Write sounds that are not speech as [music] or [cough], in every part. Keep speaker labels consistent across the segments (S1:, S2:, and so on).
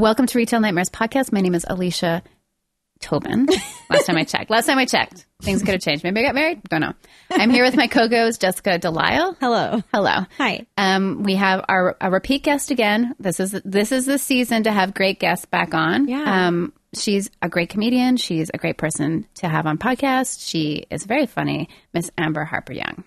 S1: Welcome to Retail Nightmares Podcast. My name is Alicia Tobin.
S2: [laughs]
S1: Last time I checked. Last time I checked, things could have changed. Maybe I got married. Don't know. I'm here with my co-goes, Jessica Delisle.
S2: Hello.
S1: Hello.
S2: Hi.
S1: Um, we have our a repeat guest again. This is this is the season to have great guests back on.
S2: Yeah.
S1: Um, she's a great comedian. She's a great person to have on podcast. She is very funny. Miss Amber Harper Young.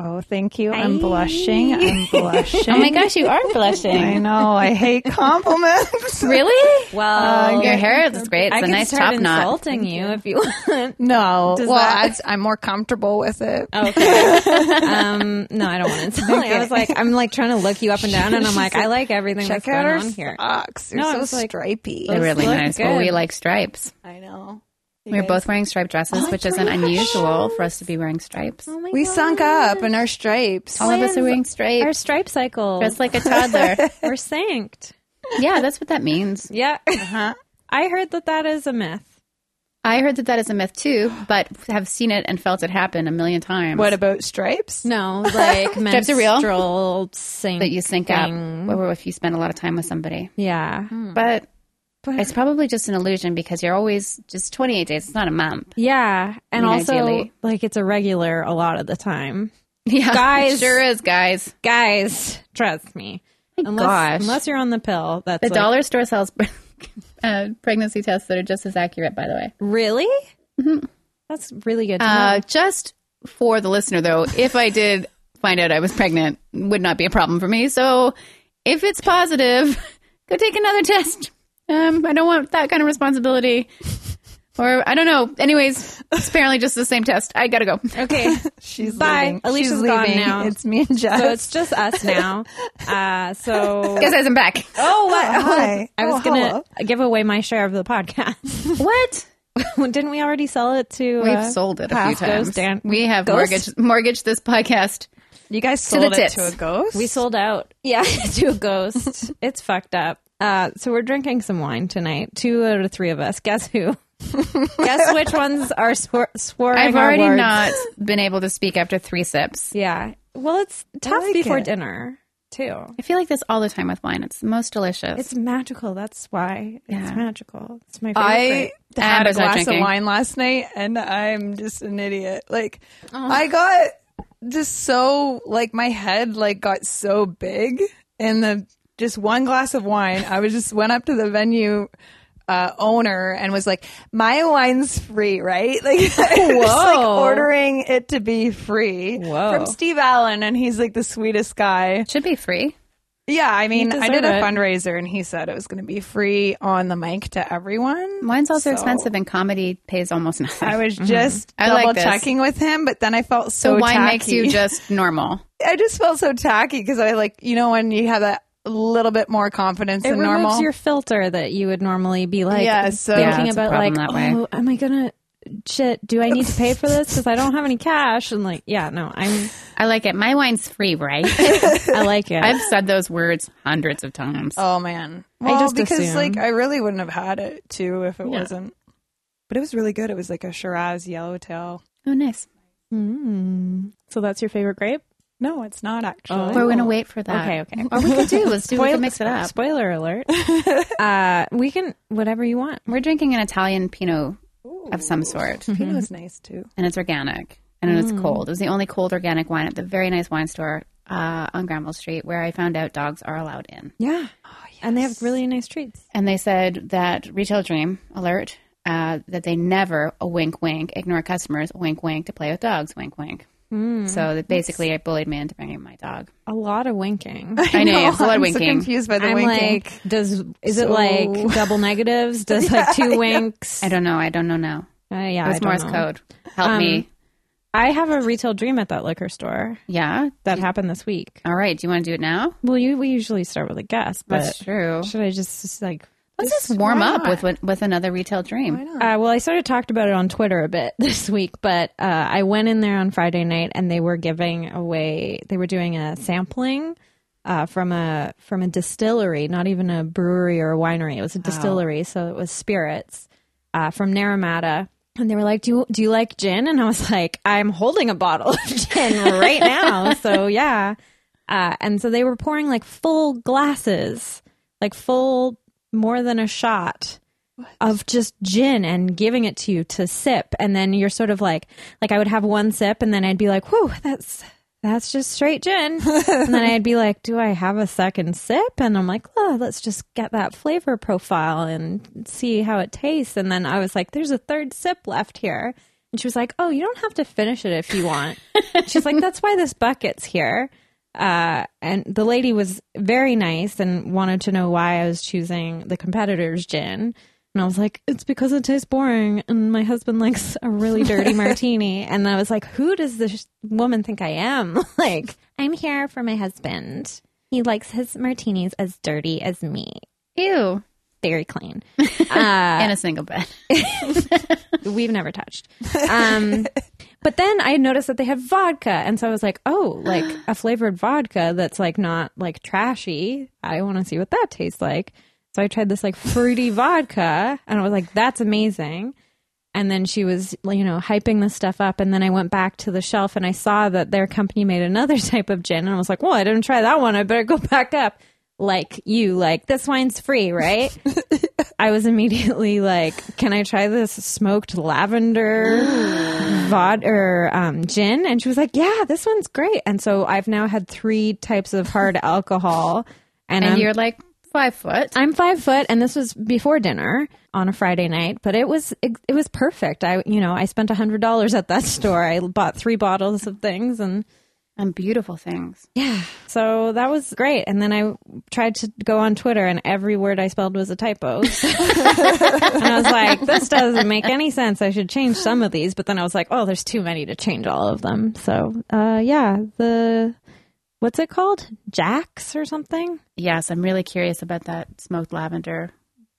S3: Oh, thank you. I'm blushing. I'm [laughs] blushing.
S1: Oh my gosh,
S2: [laughs]
S1: you are
S3: I
S1: blushing.
S3: know. I hate compliments.
S1: really?
S2: Well,
S1: Your hair is great. It's
S2: I
S1: a
S2: can
S1: nice
S2: start
S1: top knot.
S2: insulting you if [laughs] you want.
S3: No.
S2: Does
S3: well,
S2: that-
S3: I, am more comfortable with it.
S2: Okay. [laughs] um, no, I [laughs] don't want to insult. you. I was like, I'm like trying to look you up and down, and I'm like, I like everything
S3: Check
S2: that's
S3: out
S2: going
S3: our
S2: on here.
S3: socks. You're
S2: No,
S3: so
S2: it's like-
S3: stripey.
S1: They're really
S2: look
S1: nice. Well, we
S2: good.
S1: like stripes.
S3: I know.
S1: We were both wearing striped dresses, which isn't unusual for us to be wearing stripes.
S3: We sunk up in our stripes.
S1: All of us are
S2: Twins
S1: wearing
S2: Our
S1: stripes,
S2: stripe cycle. [laughs]
S1: dressed like a toddler.
S2: We're sanked.
S1: yeah, that's what that means.
S2: Yeah. [laughs] I heard that that is a myth.
S1: I heard that that is a myth too, but have seen it and felt it happen a million times.
S3: What about stripes?
S2: No, [laughs] like
S1: Stripes are real?
S2: menstrual sink.
S1: that you sync up
S2: thing.
S1: or if you spend a lot of time with somebody?
S2: Yeah.
S1: But, it's probably just an illusion because you're always just 28 days. It's not a month. [laughs]
S2: Yeah, and
S1: I mean,
S2: also
S1: ideally.
S2: like it's a regular a lot of the time.
S1: Yeah,
S2: Guys.
S1: sure is, guys.
S2: Guys, trust me. Unless,
S1: gosh.
S2: unless you're on the pill, that's
S1: The
S2: like-
S1: dollar store sells [laughs] uh, pregnancy tests that are just as accurate, by the way.
S2: Really?
S3: Mm-hmm.
S2: That's really good. To
S1: Uh, just for the listener, though, if I did find out I was pregnant, would not be a problem for me. So, if it's positive, [laughs] go take another test. Um, I don't want that kind of responsibility. Or I don't know. Anyways, it's apparently just the same test. I gotta go.
S2: know. okay,
S3: [laughs] She's
S2: Bye.
S3: leaving.
S2: Alicia's
S3: She's
S2: gone
S3: leaving.
S2: now.
S3: It's me and Jess.
S2: so it's just us
S3: [laughs]
S2: now. Uh, so
S1: Guess I'm back.
S2: oh, what?
S3: [laughs] hi.
S2: I was
S3: Oh,
S2: gonna
S3: hello.
S2: give away my share of the podcast. [laughs]
S1: What?
S2: Didn't we already sell it to?
S1: We've
S2: uh,
S1: sold it a few
S2: Path Ghost
S1: times.
S2: Dan-
S1: we have
S2: Ghost?
S1: mortgage mortgaged this podcast.
S3: you guys
S1: the
S3: sold it
S1: tits.
S3: to a ghost?
S2: We sold out. Yeah, [laughs] to a
S3: [laughs]
S2: ghost. it's fucked up. Uh, so we're drinking some wine tonight. Two out of three of us. Guess
S3: [laughs]
S2: who? Guess which ones are swor- swearing
S1: I've
S2: our
S1: already
S2: words?
S1: not been able to speak after three sips.
S2: Yeah. Well, it's tough
S3: like
S2: before
S3: it.
S2: dinner too.
S1: I feel like this all the time with wine. It's the most delicious.
S2: It's magical. That's why
S1: Yeah.
S2: it's magical. It's my favorite.
S3: I had a
S1: Amber's not
S3: glass of
S1: drinking.
S3: wine last night and I'm just an idiot. Like
S2: Uh-huh.
S3: I got just so like my head like got so big and the just one glass of wine. I was just went up to the venue uh, owner and was like, "My wine's free, right?" [laughs] Like, I was, like
S2: Whoa.
S3: ordering it to be free
S2: Whoa.
S3: from Steve Allen, and he's like the sweetest guy.
S1: Should be free.
S3: Yeah, I mean, I did
S2: deserve
S3: a
S2: it.
S3: fundraiser, and he said it was going to be free on the mic to everyone.
S1: Wine's also
S3: So-
S1: expensive, and comedy pays almost nothing.
S3: I was just
S1: Mm-hmm. I like
S3: double
S1: this.
S3: checking with him, but then I felt so,
S1: so wine
S3: tacky.
S1: makes you just normal.
S3: [laughs] I just felt so tacky because I like you know when you have that little bit more confidence
S2: it
S3: than
S2: removes
S3: normal.
S2: your filter that you would normally be like
S3: Yeah, so-
S1: Yeah,
S2: thinking
S1: it's a
S2: about like,
S1: problem that way.
S2: oh, am I gonna shit? Do I need to pay for this because I don't have any cash? And like, yeah, no, I'm.
S1: I like it. My wine's free, right?
S3: [laughs]
S1: [laughs]
S2: I like it.
S1: I've said those words hundreds of times.
S3: oh man, well,
S2: just
S3: because
S2: assume.
S3: like I really wouldn't have had it too if it
S1: Yeah.
S3: wasn't. But it was really good. It was like a Shiraz Yellowtail.
S1: Oh, nice.
S2: Mm. So that's your favorite grape?
S3: No, it's not
S2: Oh.
S3: actually.
S1: We're gonna wait for that.
S2: Okay, okay.
S1: Or we could do. Let's do. we
S2: Spoil-
S1: can mix it up. [laughs]
S2: Spoiler alert. uh, we can whatever you want.
S1: We're drinking an Italian Pinot of some sort,
S3: Pinot's nice too.
S1: and it's organic, and
S3: Mm.
S1: it's cold. It was the only cold organic wine at the very nice wine store uh, on Granville Street where I found out dogs are allowed in.
S2: Yeah. Oh, And they have really nice treats.
S1: and they said that retail dream alert uh, that they never a wink wink ignore customers wink wink to play with dogs wink wink so that basically it bullied me into bringing my dog
S2: A lot of
S1: [laughs]
S2: winking.
S1: i know it's a lot of
S3: I'm so
S1: winking
S3: confused by the
S2: I'm
S3: winking.
S2: like, does is it
S3: So-
S2: like double negatives? Does
S1: [laughs]
S2: like two winks?
S1: i don't know i don't know now
S2: Uh, yeah,
S1: it
S2: I
S1: was
S2: don't
S1: morse
S2: know.
S1: code help
S2: Um,
S1: me
S2: I have a retail dream at that liquor store
S1: yeah
S2: that happened this week.
S1: all right do you want to do it now
S2: Well, you we usually start with a guess,
S1: that's
S2: but
S1: true
S2: should I just, just like?
S1: let's just warm
S3: why
S1: up
S3: not?
S1: with with- with another retail dream
S2: Uh, well, I sort of talked about it on Twitter a bit [laughs] this week, but uh, I went in there on Friday night and they were giving away. They were doing a sampling uh, from a from a distillery, not even a brewery or a winery. It was a distillery, so it was spirits uh, from Naramata. And they were like, "Do you, do you like gin?" And I was like, "I'm holding a bottle of [laughs] gin right now." so yeah, uh, and so they were pouring like full glasses, like full more than a shot of just gin and giving it to you to sip. And then you're sort of like, like I would have one sip and then I'd be like, whoa, that's, that's just straight gin. and then I'd be like, do I have a second sip? And I'm like, oh, let's just get that flavor profile and see how it tastes. And then I was like, there's a third sip left here. And she was like, oh, you don't have to finish it if you want. She's like, that's why this bucket's here uh, and the lady was very nice and wanted to know why I was choosing the competitor's gin. And I was like, it's because it tastes boring, and my husband likes a really [laughs] dirty martini. And I was like, who does this woman think I am? [laughs] like, I'm here for my husband. He likes his martinis as dirty as me,
S1: Ew.
S2: very clean.
S1: In a single bed. [laughs]
S2: we've never touched. Um, but then I noticed that they had vodka, and so I was like, "Oh, like a flavored vodka that's like not like trashy. I want to see what that tastes like." So I tried this like fruity vodka, and I was like, "That's amazing." And then she was, you know, hyping this stuff up. And then I went back to the shelf and I saw that their company made another [laughs] type of gin. And I was like, well, I didn't try that one. I better go [laughs] back up. Like you, like, this wine's free,
S1: [laughs]
S2: right? I was immediately like, "Can I try this
S1: [gasps]
S2: smoked lavender vod or um, gin?" And she was like, "Yeah, this one's great." And so I've now had three types of hard [laughs] alcohol, and,
S1: And
S2: I'm,
S1: you're like five foot.
S2: I'm five foot, and this was before dinner on a Friday night, but it was it, it was perfect. I you know I spent hundred dollars at that [laughs] store. I bought three bottles of things, and
S1: I'm beautiful things.
S2: yeah, so that was great. And then I tried to go on Twitter, and every word I spelled was a typo. [laughs] So- and I was like, this doesn't make any sense. I should change some of these. But then I was like, oh, there's too many to change all of them. So, uh, yeah, the what's it called? Jax or something?
S1: Yes, I'm really curious about that smoked lavender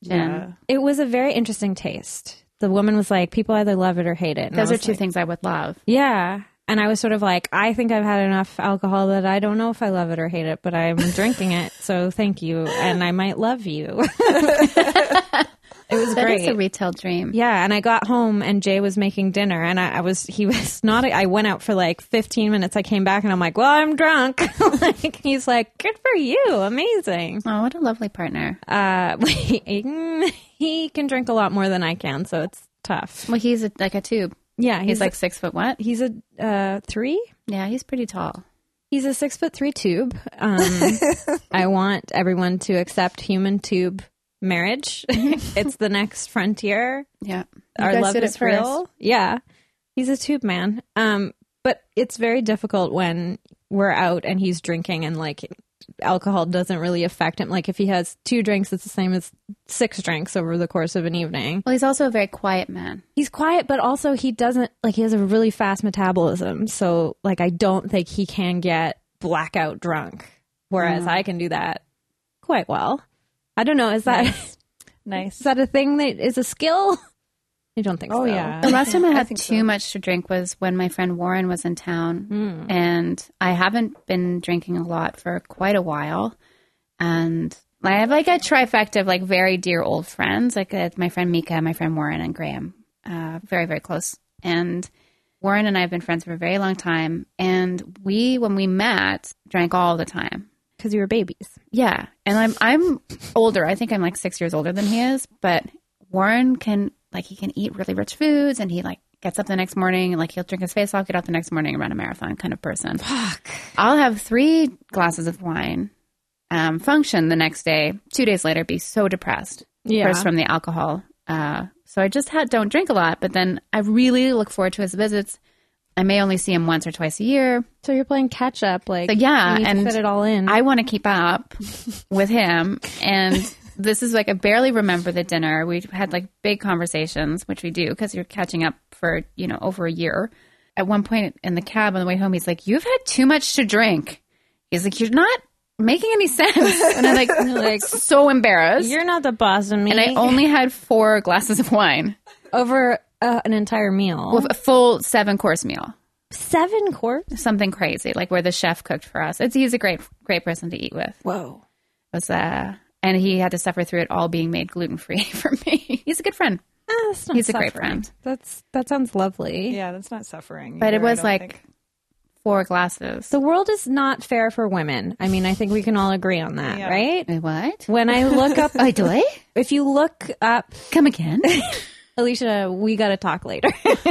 S1: gin.
S2: It was a very interesting taste. The woman was like, people either love it or hate it. And I
S1: Those are
S2: was
S1: two
S2: like-
S1: things I would love.
S2: Yeah. And I was sort of like, I think I've had enough alcohol that I don't know if I love it or hate it, but I'm drinking it. [laughs] So thank you. And I might love you. [laughs] it was
S1: That
S2: great.
S1: is a retail dream.
S2: yeah. And I got home and Jay was making dinner and I, I was, he was [laughs] not, I went out for like 15 minutes. I came back and I'm like, well, I'm drunk. [laughs] like, he's like, good for you. Amazing.
S1: Oh, what a lovely partner.
S2: Uh, [laughs] he can drink a lot more than I can. So it's tough.
S1: Well, he's a, like a tube.
S2: Yeah.
S1: He's, like six foot what?
S2: he's a uh, three.
S1: Yeah, he's pretty tall.
S2: He's a six foot three tube.
S1: [laughs]
S2: Um, I want everyone to accept human tube
S1: [laughs]
S2: marriage. it's the next frontier.
S1: Yeah.
S2: Our love
S1: did it
S2: is real. Yeah. He's a tube man. Um, but it's very difficult when we're out and he's drinking and like alcohol doesn't really affect him. Like if he has two drinks, it's the same as six drinks over the course of an evening.
S1: Well, he's also a very quiet man.
S2: He's quiet, but also he doesn't like he has a really fast metabolism. So like I don't think he can get blackout drunk, whereas I can do that quite well. I don't know. Is that is
S3: Nice.
S2: that a thing that is a skill? I don't think so.
S3: Oh yeah.
S1: The last time I had
S3: think
S1: too much to drink was when my friend Warren was in town,
S3: Hmm.
S1: and I haven't been drinking a lot for quite a while. And I have like a trifecta of like very dear old friends, like uh, my friend Mika, my friend Warren, and Graham, uh, very very close. And Warren and I have been friends for a very long time, and we when we met drank all the time.
S2: Because you were babies.
S1: Yeah, and I'm I'm older. I think I'm like six years older than he is. But Warren can like he can eat really rich foods, and he like gets up the next morning and like he'll drink his face off, get up the next morning, and run a marathon kind of person.
S2: Fuck.
S1: I'll have three glasses of wine, um, function the next day, two days later, be so depressed
S2: Yeah.
S1: first from the alcohol. Uh, so I just ha- don't drink a lot, but then I really look forward to his visits. I may only see him once or twice a year.
S2: So you're playing catch up, like
S1: So, yeah,
S2: you need to
S1: and
S2: fit it all in.
S1: I want to keep up with him. And this is like, I barely remember the dinner. We had like big conversations, which we do because you're catching up for, you know, over a year. At one point in the cab on the way home, he's like, You've had too much to drink. He's like, You're not making any sense. And I'm like, [laughs] like so embarrassed.
S2: you're not the boss of me.
S1: And I only had four glasses of wine,
S2: over uh, an entire meal.
S1: a full seven course meal.
S2: Seven quarts?
S1: something crazy, like where the chef cooked for us. It's he's a great great person to eat with.
S3: Whoa.
S1: was uh and he had to suffer through it all being made gluten free [laughs] for me. He's a good friend.
S2: Ah, that's not
S1: He's a great
S2: suffering.
S1: friend.
S2: That's that sounds lovely.
S3: Yeah, that's not suffering.
S1: But it
S3: either, I
S1: was
S3: don't
S1: like
S3: think.
S1: four glasses.
S2: The world is not fair for women. I mean, I think we can all agree on that,
S3: Yeah.
S2: right?
S1: Wait, what?
S2: When I look up, [laughs]
S1: Oh, do I?
S2: if you look up
S1: Come again?
S2: Alicia, we got to talk later. [laughs]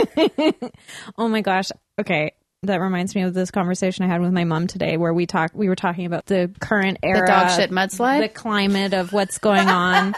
S2: oh my gosh. Okay. That reminds me of this conversation I had with my mom today where we talk we were talking about the current era
S1: The dog shit mudslide?
S2: the climate of what's
S1: [laughs]
S2: going on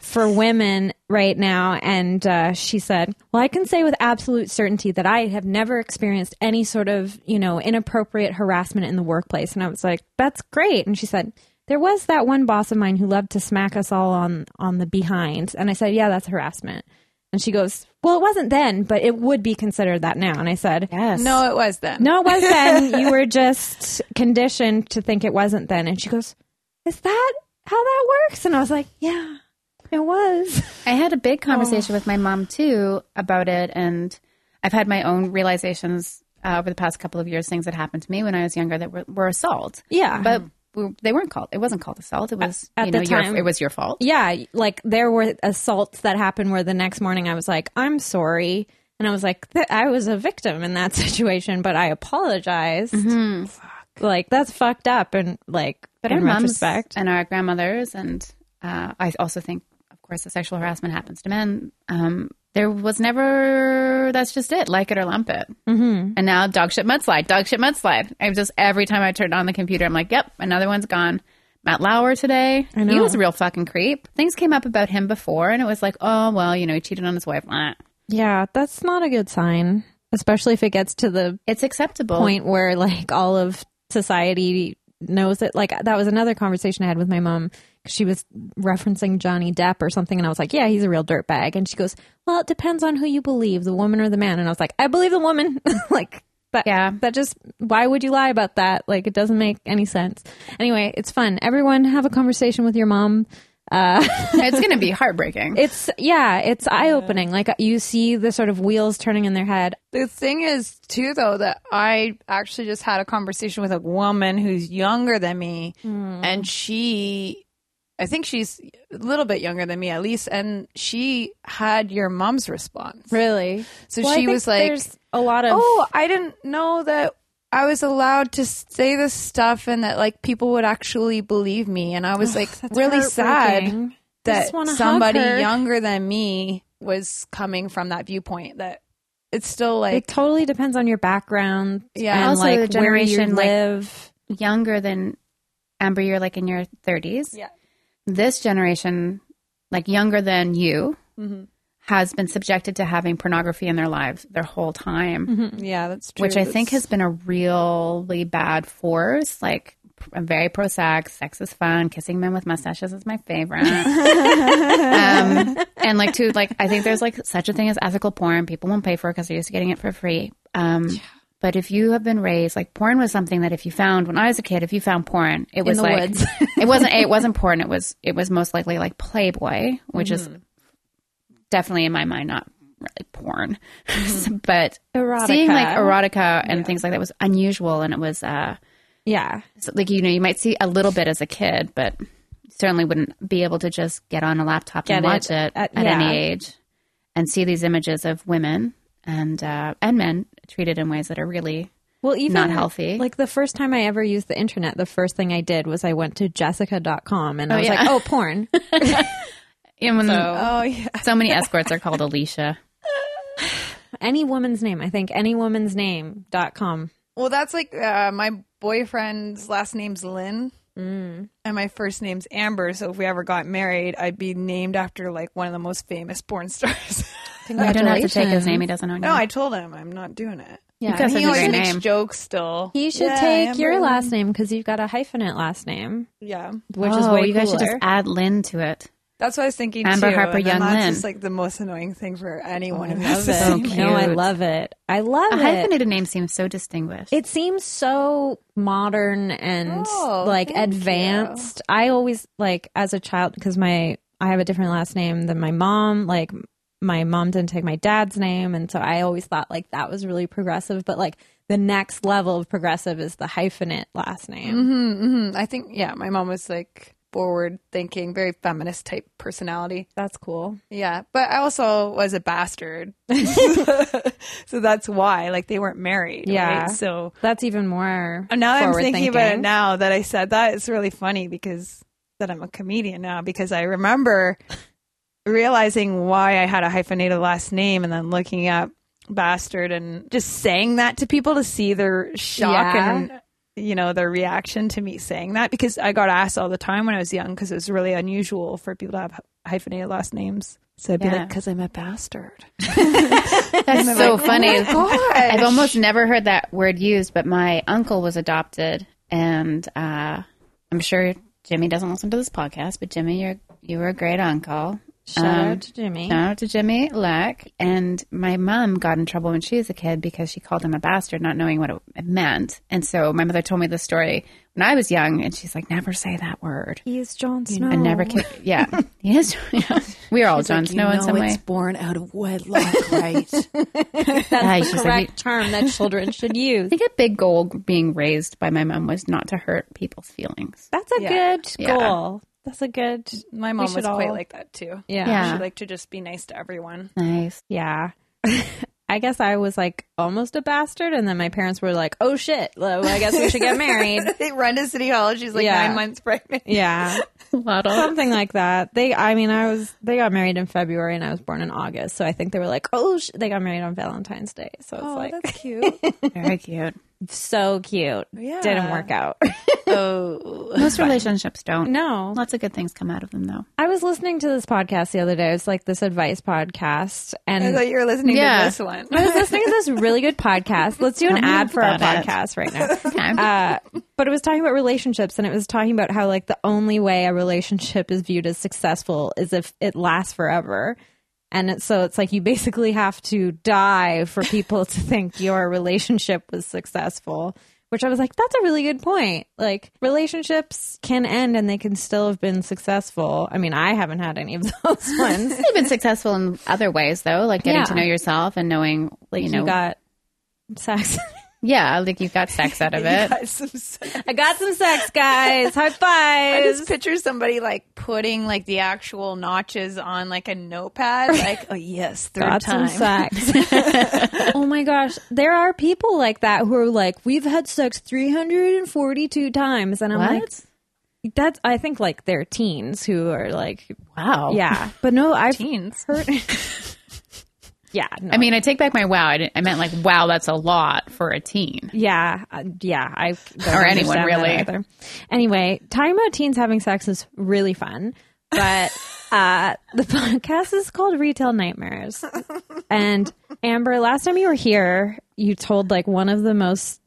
S2: for women right now and uh, she said, "Well, I can say with absolute certainty that I have never experienced any sort of, you know, inappropriate harassment in the workplace." And I was like, "That's great." And she said, there was that one boss of mine who loved to smack us all on on the behind and i said yeah that's harassment and she goes well it wasn't then but it would be considered that now and i said
S1: yes.
S3: no, it was then.
S2: no it was then you were just conditioned to think it wasn't then and she goes is that how that works and i was like yeah it was
S1: [laughs] I had a
S2: Oh.
S1: big conversation with my mom too about it, and I've had my own realizations uh, over the past couple of years. Things that happened to me when I was younger that were, were assault,
S2: yeah
S1: but we, they weren't called. It wasn't called assault. It was
S2: at
S1: you
S2: the
S1: know your,
S2: time.
S1: it was your fault.
S2: yeah like there were assaults that happened where the next morning i was like i'm sorry and i was like "Th- i was a victim in that [laughs] situation but i apologized like that's fucked up and like
S1: But
S2: in
S1: our moms
S2: retrospect
S1: and our grandmothers, and uh, I also think, of course, the sexual harassment happens to men. Um, there was never that's just it, like it or lump it. Mm-hmm. And now dog shit mudslide, dog shit mudslide. I just every time I turn on the computer, I'm like, yep, another one's gone. Matt Lauer today,
S2: I know.
S1: he was a real fucking creep. Things came up about him before, and it was like, oh well, you know, he cheated on his wife. Blah.
S2: yeah that's not a good sign especially if it gets to the
S1: It's
S3: Oh.
S1: acceptable.
S2: point where like all of society knows it like that was another conversation i had with my mom she was referencing johnny depp or something and i was like yeah he's a real dirtbag and she goes well it depends on who you believe the woman or the man and i was like i believe the woman [laughs] like that
S1: Yeah.
S2: that just why would you lie about that like it doesn't make any sense anyway it's fun everyone have a conversation with your mom
S1: [laughs] it's going to
S2: [laughs]
S1: be heartbreaking.
S2: It's yeah, it's eye opening. Like you see the sort of wheels turning in their head.
S3: The thing is, too, though, that I actually just had a conversation with a woman who's younger than me,
S2: Hmm.
S3: and she, I think she's a little bit younger than me at least, and she had your mom's response.
S2: Really?
S3: So she was like,
S2: "There's a lot of
S3: "Oh, I didn't know that." I was allowed to say this stuff and that like people would actually believe me and I was like really sad that
S2: just wanna hug
S3: somebody
S2: her.
S3: younger than me was coming from that viewpoint that it's still like
S2: It totally depends on your background.
S3: Yeah.
S2: and
S1: Also
S2: like
S1: the
S2: where you
S1: generation, like-
S2: live.
S1: Younger than Amber, you're like in your 30s.
S3: yeah
S1: this generation, like younger than you,
S3: Mhm.
S1: has been subjected to having pornography in their lives their whole time,
S2: Hmm.
S3: Yeah, that's true.
S1: which I think has been a really bad force. Like, I'm very pro sex. Sex is fun. Kissing men with mustaches is my favorite. um, and like, too, like I think there's like such a thing as ethical porn. People won't pay for it because they're used to getting it for free. Um, But if you have been raised, like porn was something that if you found when I was a kid, if you found porn, it was
S2: the
S1: like
S2: woods.
S1: [laughs] it wasn't it wasn't porn. It was it was most likely like Playboy, which is definitely in my mind not really porn, [laughs] but
S2: Erotica.
S1: seeing like erotica and things like that was unusual, and it was uh
S2: Yeah,
S1: so, like you know you might see a little bit as a kid, but certainly wouldn't be able to just get on a laptop
S2: Get
S1: and
S2: it
S1: watch it,
S2: at-
S1: at,
S2: yeah.
S1: any age and see these images of women and uh, and men treated in ways that are really
S2: well, even
S1: not healthy.
S2: Like the first time I ever used the internet, the first thing I did was I went to jessica.com and I
S1: Oh,
S2: was
S1: yeah. [laughs]
S2: like, "Oh, porn."
S1: and when
S3: Oh yeah,
S1: so many escorts are called
S2: [laughs]
S1: Alicia.
S2: any woman's name, I think. Any woman's name.com.
S3: well, that's like uh, my boyfriend's last name's Lynn, and my first name's Amber. So if we ever got married, I'd be named after like one of the most famous porn [laughs] stars.
S1: You don't have to take his name; he
S2: Congratulations.
S1: doesn't know. your
S3: no, I told him I'm not doing it.
S2: Yeah.
S1: Because That's
S3: he
S1: a
S3: always
S1: great
S3: makes
S1: name.
S3: jokes still.
S2: He should
S3: Yeah,
S2: take
S3: Amber
S2: your
S3: Lynn.
S2: last name because you've got a hyphenate last name,
S3: Yeah,
S2: which is way
S1: Oh, you guys should just
S2: cooler.
S1: add Lynn to it.
S3: that's what I was thinking.
S1: Amber
S3: too,
S1: Harper
S3: and then
S1: Young
S3: That's
S1: Lynn.
S3: just like the most annoying thing for anyone. who
S2: I
S3: has
S2: love
S3: to
S2: it.
S3: say
S1: so
S2: No, I
S1: cute.
S2: love it. I love
S1: A
S2: it.
S1: hyphenated name seems so distinguished.
S2: It seems so modern and
S3: Oh,
S2: like
S3: thank
S2: advanced. I always like as a child because my I have a different last name than my mom. Like my mom didn't take my dad's name, and so I always thought like that was really progressive. But like the next level of progressive is the hyphenate last name.
S3: Mm-hmm, [laughs] I think, yeah, my mom was like forward thinking, very feminist type personality.
S2: That's cool.
S3: Yeah, but I also was a bastard. [laughs] so that's why, like, they weren't married.
S2: Yeah.
S3: right? So
S2: That's even more.
S3: And Oh, now I'm
S2: forward
S3: thinking about it now that I said that. It's really funny because that I'm a comedian now because I remember realizing why I had a hyphenated last name and then looking up bastard and just saying that to people to see their shock
S2: Yeah.
S3: and you know their reaction to me saying that because I got asked all the time when I was young because it was really unusual for people to have hyphenated last names. So I'd be
S1: Yeah.
S3: like, because I'm a bastard.
S1: That's so funny. I've
S3: gosh.
S1: almost never heard that word used, but my uncle was adopted, and uh, I'm sure Jimmy doesn't listen to this podcast. But Jimmy, you're you were a great uncle.
S2: Shout
S1: Um,
S2: out to Jimmy.
S1: Shout out to Jimmy Lack. And my mom got in trouble when she was a kid because she called him a bastard, not knowing what it meant. And so my mother told me this story when I was young, and she's like, "Never say that word."
S2: He is Jon Snow.
S1: I never, ca- yeah, he is. Yeah. [laughs] We are all Jon Snow in some way.
S4: born out of
S5: [laughs]
S4: wedlock, right?
S1: Yeah,
S2: That's
S1: she's
S2: the
S1: like,
S2: correct term that children should
S3: [laughs]
S2: use.
S1: I think a big goal being raised by my mom was not to hurt people's feelings.
S2: That's a
S3: Yeah.
S2: good
S1: Yeah.
S2: goal. That's a good.
S3: My mom
S2: should
S3: was quite
S2: all-
S3: like that too.
S2: Yeah.
S1: Yeah.
S3: She liked to just be nice to everyone.
S1: [laughs] Nice.
S2: Yeah. [laughs] I guess I was like almost a bastard, and then my parents were like, "Oh shit! Well, I guess we should
S1: [laughs]
S2: get married."
S3: [laughs] they run to city hall. She's like
S2: Yeah.
S3: nine months pregnant.
S2: yeah,
S1: Waddle.
S2: something like that. They, I mean, I was they got married in February, and I was born in August, so I think they were like, "Oh, sh-. they got married on Valentine's Day." So it's like
S3: Oh, [laughs]
S1: [laughs]
S3: cute.
S1: Very cute.
S2: [laughs] so cute.
S3: Yeah.
S2: Didn't work out. [laughs]
S3: oh,
S1: Most relationships don't.
S2: no,
S1: Lots of good things come out of them, though.
S2: I was listening to this podcast the other day. It was like this advice podcast, and
S3: I thought you were listening
S1: Yeah.
S3: to this one. [laughs]
S2: I was listening to this really good podcast. Let's do
S1: [laughs]
S2: an ad for our
S1: about it.
S2: podcast right now.
S1: [laughs] Okay.
S2: Uh, but it was talking about relationships and it was talking about how like the only way a relationship is viewed as successful is if it lasts forever. And it, so it's like you basically have to die for
S1: [laughs]
S2: people to think your relationship was successful, which I was like, that's a really good point. Like relationships can end and they can still have been successful. I mean, I haven't had any of [laughs]
S1: [laughs]
S2: those ones.
S1: They've been successful in other ways, though, like getting
S2: Yeah.
S1: to know yourself and knowing,
S2: Like
S1: you know,
S2: you got sex. [laughs]
S1: yeah, like [laughs] you got sex out of it.
S3: Got some sex.
S2: I got some sex,
S1: [laughs]
S2: guys. High
S3: I
S2: fives.
S3: just picture somebody like putting like the actual notches on like a notepad. Like, oh yes, third
S2: got
S3: time.
S2: some
S3: [laughs]
S2: sex. oh my gosh, there are people like that who are like, we've had sex 342 times, and I'm
S1: What?
S2: like, that's. I think like they're teens who are like,
S1: Wow.
S2: yeah, but no, I've
S3: Teens. [laughs]
S2: heard. [laughs] yeah, no.
S1: I mean, I take back my wow. I, didn't, I meant like, wow, that's a lot for a teen.
S2: Yeah, uh, yeah, I
S1: [laughs]
S2: don't
S1: Or anyone,
S2: understand that
S1: really.
S2: either. Anyway, talking about teens having sex is really fun,
S1: [laughs]
S2: but uh, the podcast is called Retail Nightmares. And Amber, last time you were here, you told like one of the most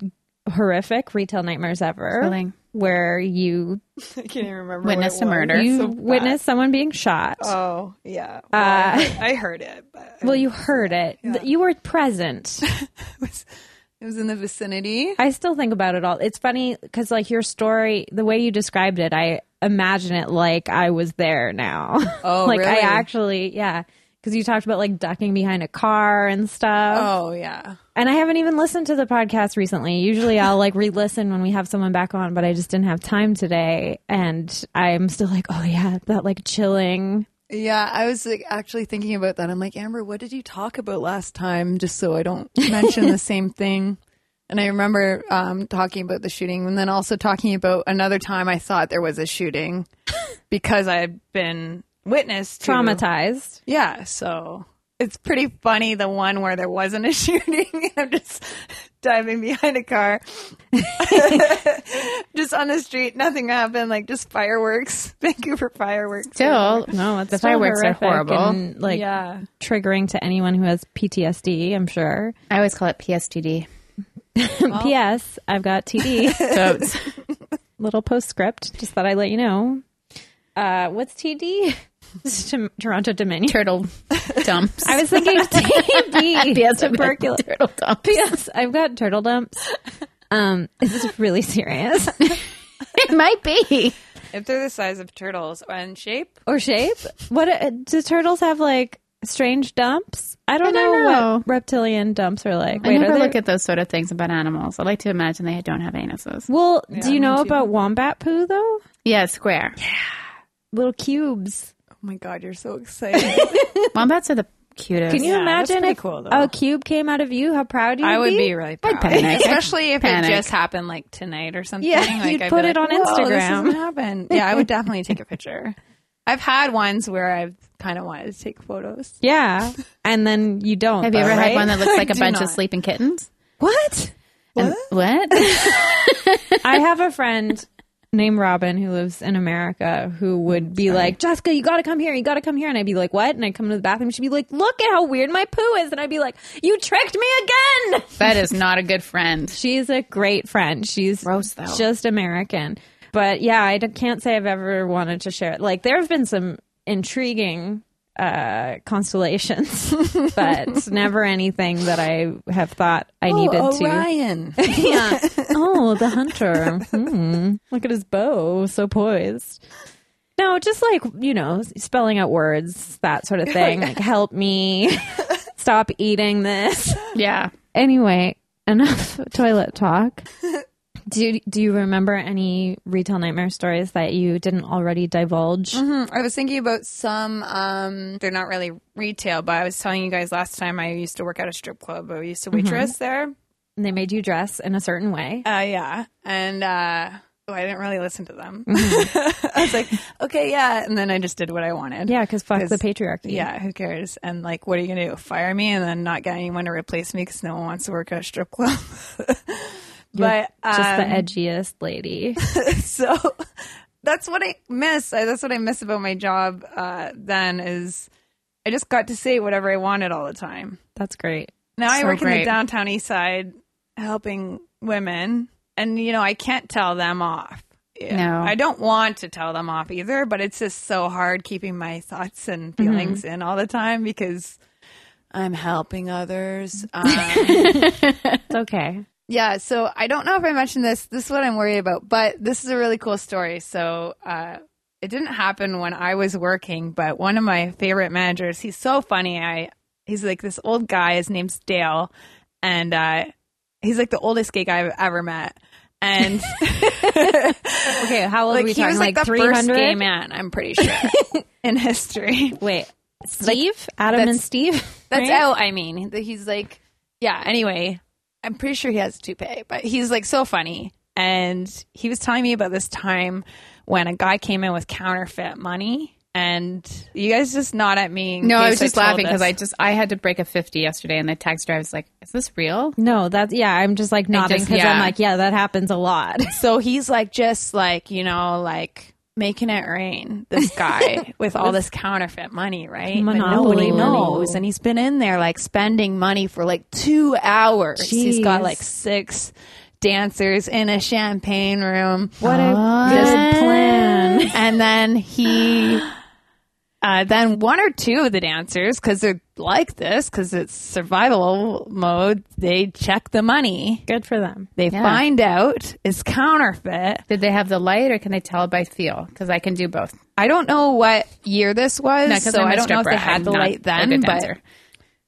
S2: horrific retail nightmares ever,
S1: Thrilling.
S2: where you
S3: I can't even remember. what
S1: Witnessed
S3: it
S1: a
S3: was.
S1: murder.
S2: you witnessed someone being shot.
S3: Oh yeah. Well,
S2: Uh,
S3: I, heard, I heard it. [laughs] But
S2: well, you heard it. Th- You were present.
S3: it was in the vicinity.
S2: I still think about it all. It's funny because, like, your story, the way you described it, I imagine it like I was there now. [laughs]
S3: Oh,
S2: like I
S3: really?
S2: actually, yeah, because you talked about like ducking behind a car and stuff.
S3: Oh yeah.
S2: And I haven't even listened to the podcast recently. Usually, I'll like re-listen when we have someone back on, but I just didn't have time today, and I'm still like, oh yeah, that like chilling.
S3: Yeah, I was like actually thinking about that. I'm like, Amber, what did you talk about last time? Just so I don't mention the same thing. And I remember um, talking about the shooting, and then also talking about another time I thought there was a shooting because I had been witness to.
S2: Traumatized.
S3: Yeah, so it's pretty funny the one where there wasn't a [laughs] shooting. I'm just diving behind a car, [laughs] just on the street. Nothing happened. Like just fireworks. [laughs] Thank you for fireworks.
S1: Still,
S2: No, it's
S1: the
S2: still
S1: fireworks are
S2: horrific
S1: horrible.
S2: and, like
S3: Yeah.
S2: triggering to anyone who has PTSD. I'm sure.
S1: I always call it PSTD.
S2: P.S. I've got TD.
S1: [laughs] So it's-
S2: Little postscript. Just thought I'd let you know. Uh, what's TD? This is Tom- Toronto Dominion.
S1: turtle dumps.
S2: I was thinking [laughs] TB. tuberculosis.
S1: Turtle dumps.
S2: P.S. I've got turtle dumps. Um, this is really serious.
S1: [laughs] It might be.
S3: If they're the size of turtles and shape,
S2: or shape? What uh, do turtles have? Like strange dumps. I
S1: don't
S2: don't, know,
S1: know.
S2: what reptilian dumps are like.
S1: I
S2: Wait,
S1: never
S2: are
S1: look
S2: they?
S1: at those sort of things about animals. I like to imagine they don't have anuses.
S2: Well, do you know
S3: me too.
S2: about wombat poo though?
S1: Yeah, square.
S2: Little cubes.
S3: Oh my god, you're so [laughs] excited.
S1: [laughs] Wombats are the cutest.
S2: Can you
S4: Yeah, that's
S2: imagine
S4: pretty
S2: if
S4: cool, though.
S2: a cube came out of you? How proud you
S4: I would
S2: be?
S4: be really
S1: I'd
S4: proud.
S1: panic.
S3: Especially if
S1: Panic.
S4: It just happened like tonight or something.
S2: Yeah,
S4: like,
S2: you'd
S4: I'd
S2: put
S4: be
S2: it on
S4: like,
S3: Whoa, this
S2: Instagram.
S3: doesn't happen. Yeah, I would definitely take
S2: [laughs]
S3: a picture. I've had ones where I've kind of wanted to take photos.
S2: Yeah, and then you don't.
S1: Have you
S2: though,
S1: ever
S2: right?
S1: had one that looks like a
S3: do
S1: bunch
S3: not.
S1: of sleeping kittens?
S2: What?
S1: And- what?
S2: I have a friend named Robin who lives in America who would be like, Jessica, you gotta come here, you gotta come here. And I'd be like, what? And I'd come to the bathroom. She'd be like, look at how weird my poo is. And I'd be like, you tricked me again.
S1: that is not a good friend.
S2: She's a great friend. She's
S1: Gross, though.
S2: just American. But yeah, I d- can't say I've ever wanted to share it. Like, there have been some intriguing uh constellations [laughs] but never anything that i have thought i
S1: Oh,
S2: needed to
S3: Oh,
S2: [laughs]
S3: Orion.
S2: yeah. Oh, the hunter. Hmm. Look at his bow, so poised. No, just like, you know, spelling out words, that sort of thing. Like, help me. Stop eating this.
S1: Yeah.
S2: Anyway, enough toilet talk. Do, do you remember any retail nightmare stories that you didn't already divulge?
S3: Mhm. I was thinking about some. Um, they're not really retail, but I was telling you guys last time I used to work at a strip club. I used to waitress
S2: Mm-hmm.
S3: there.
S2: And they made you dress in a certain way.
S3: Uh, yeah, and uh, oh, I didn't really listen to them. [laughs] I was like, okay, yeah, and then I just did what I wanted.
S2: Yeah, because fuck
S3: 'Cause-
S2: the patriarchy.
S3: Yeah, who cares? And like, what are you gonna do? Fire me and then not get anyone to replace me because no one wants to work at a strip club. [laughs] but
S2: Just the
S3: um,
S2: edgiest lady.
S3: so [laughs] that's what I miss. I, that's what I miss about my job. Uh, then is I just got to say whatever I wanted all the time.
S2: [laughs] That's great.
S3: Now I
S1: So
S3: work in
S1: great.
S3: the downtown east side helping women, and you know I can't tell them off. Yeah.
S1: No.
S3: I don't want to tell them off either, but it's just so hard keeping my thoughts and feelings in all the time because I'm helping [laughs] others. Um,
S2: It's okay.
S3: yeah, so I don't know if I mentioned this. This is what I'm worried about, but this is a really cool story. So uh, it didn't happen when I was working, but one of my favorite managers, he's so funny. I he's like this old guy. His name's Dale, and uh, he's like the oldest gay guy I've ever met. [laughs] And
S2: Okay, how old
S3: like
S2: are we
S3: he
S2: talking?
S3: was like,
S2: like
S3: the first gay
S2: 300?
S3: man, I'm pretty sure in history.
S2: Wait, Steve, Adam and
S3: that's-
S2: Steve.
S3: That's
S2: right?
S3: out. I mean, that he's like, yeah. Anyway, I'm pretty sure he has a toupee, but he's like so funny. And he was telling me about this time when a guy came in with counterfeit money, and you guys just nod at me. in
S1: No, I was
S3: case
S1: just
S3: told
S1: laughing because
S3: this.
S1: I just I had to break a fifty yesterday, and the tax driver was like, "Is this real?"
S2: No, that's yeah. I'm just like nodding
S1: just-
S2: because I'm
S1: yeah.
S2: like, yeah, that happens a lot.
S3: So he's like, just like, you know, like making it rain, this
S2: [laughs]
S3: guy with all this counterfeit money, right? But
S2: Monopoly
S3: nobody
S2: money.
S3: knows. And he's been in there like spending money for like two hours. He's got
S2: Jeez.
S3: like six dancers in a champagne room.
S2: What a
S1: good
S2: plan.
S3: [laughs] and then he. Uh, then one or two of the dancers, because they're like this, because it's survival mode, they check the money.
S2: Good for them.
S3: They find out it's counterfeit.
S1: Did they have the light, or can they tell by feel? Because I can do both.
S3: I don't know what year this was,
S1: No, 'cause
S3: so
S1: I'm a
S3: I don't know if they
S1: stripper.
S3: had
S1: I'm
S3: the
S1: not
S3: light
S1: a good
S3: then. But
S1: dancer.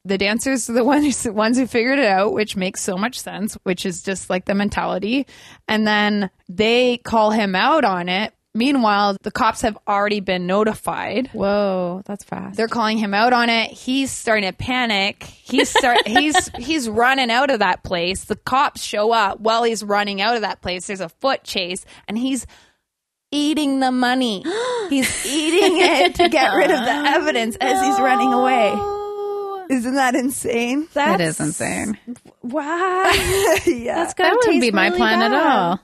S3: the dancers are the [laughs] ones the ones who figured it out, which makes so much sense. Which is just like the mentality. And then they call him out on it. Meanwhile, the cops have already been notified.
S2: Whoa, that's fast.
S3: They're calling him out on it. He's starting to panic. He's [laughs] start he's he's running out of that place. The cops show up while he's running out of that place. There's a foot chase and he's eating the [gasps] money. He's eating it to get rid of the evidence as he's running away. Isn't that insane?
S1: That is insane. [laughs]
S2: Wow,
S3: yeah.
S2: that's good.
S1: That wouldn't be my plan at all.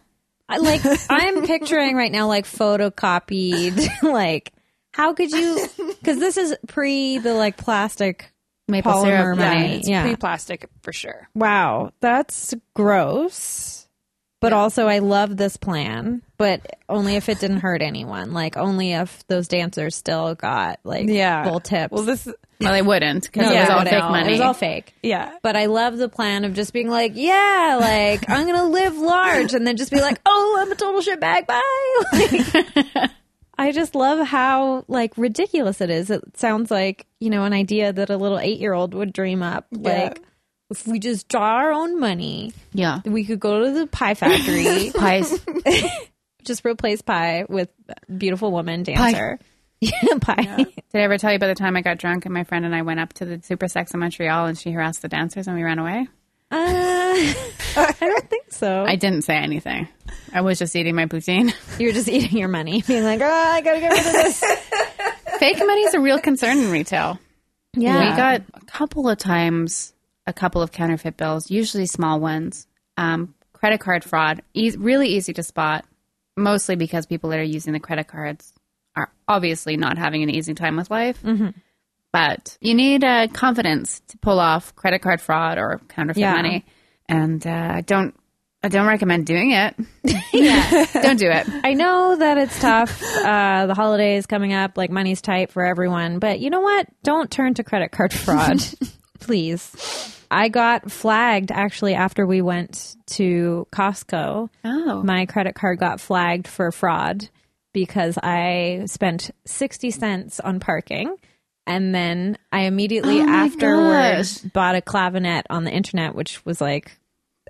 S1: [laughs]
S2: I, like I'm picturing right now, like photocopied. [laughs] like, how could you? Because this is pre the like plastic.
S1: Maple
S2: Polymer
S1: syrup
S2: money.
S1: money.
S3: it's
S2: yeah.
S3: pre-plastic for sure.
S2: Wow, that's gross. But also, I love this plan, but only if it didn't hurt anyone. Like, only if those dancers still got like
S3: Yeah.
S2: full tips.
S3: Well, this
S1: Well, they wouldn't because it was
S3: yeah,
S1: all
S3: no.
S1: fake
S3: It
S1: money.
S2: It was all fake.
S3: yeah.
S2: But I love the plan of just being like, yeah, like I'm [laughs] gonna live large, and then just be [laughs] like, oh, I'm a total shitbag. Bye. Like, I just love how like ridiculous it is. It sounds like you know an idea that a little eight year old would dream up. Like if we just draw our own money,
S1: Yeah.
S2: we could go to the pie [laughs] factory,
S1: Pies.
S2: just replace pie with beautiful woman dancer. [laughs] Yeah, pie.
S1: Did I ever tell you by the time I got drunk and my friend and I went up to the Super Sex in Montreal and she harassed the dancers and we ran away?
S2: Uh, I don't think so.
S1: I didn't say anything. I was just eating my poutine.
S2: [laughs] You're just eating your money, being like, oh, I gotta get rid of this.
S1: Fake money is a real concern in retail.
S2: [laughs] Yeah,
S1: We got a couple of times a couple of counterfeit bills, usually small ones. Um, credit card fraud, eas really easy to spot, mostly because people that are using the credit cards are obviously not having an easy time with life.
S2: Mm-hmm.
S1: But you need uh, confidence to pull off credit card fraud or counterfeit
S2: Yeah.
S1: money, and uh, I don't. I don't recommend doing
S2: [laughs]
S1: it. [laughs] don't do it.
S2: I know that it's tough. Uh, the holidays coming up, like money's tight for everyone. But you know what? Don't turn to credit
S1: [laughs]
S2: card fraud, please. I got flagged actually after we went to Costco.
S1: Oh,
S2: My credit card got flagged for fraud because I spent 60 cents on parking. And then I immediately
S1: Oh my
S2: afterwards
S1: gosh.
S2: bought a clavinet on the internet, which was like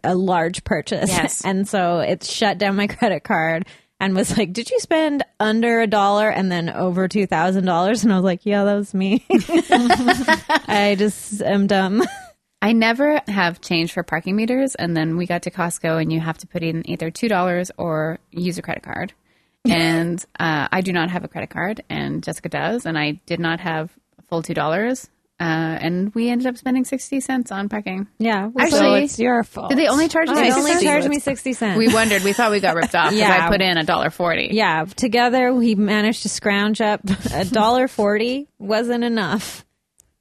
S2: a large purchase.
S1: Yes.
S2: [laughs] and so it shut down my [laughs] credit card and was like, Did you spend under a dollar and then over $2,000? And I was like, Yeah, that
S1: [laughs]
S2: was me. I just am dumb. [laughs]
S1: I never have change for parking meters. And then we got to Costco, and you have to put in either $2 or use a credit
S2: [laughs]
S1: card. And uh, I do not have a credit card, and Jessica does. And I did not have a full $2. Uh, and we ended up spending 60 cents on parking.
S2: Yeah. well,
S1: Actually,
S2: so
S3: So it's your fault.
S1: Did they only charge you
S2: Oh, they
S1: 60
S2: only
S1: cents?
S2: charged me 60 cents.
S1: We wondered. We thought we got ripped
S2: [laughs]
S1: off because
S2: Yeah.
S1: I put in a dollar forty.
S2: yeah, together we managed to scrounge up a dollar forty. Wasn't enough.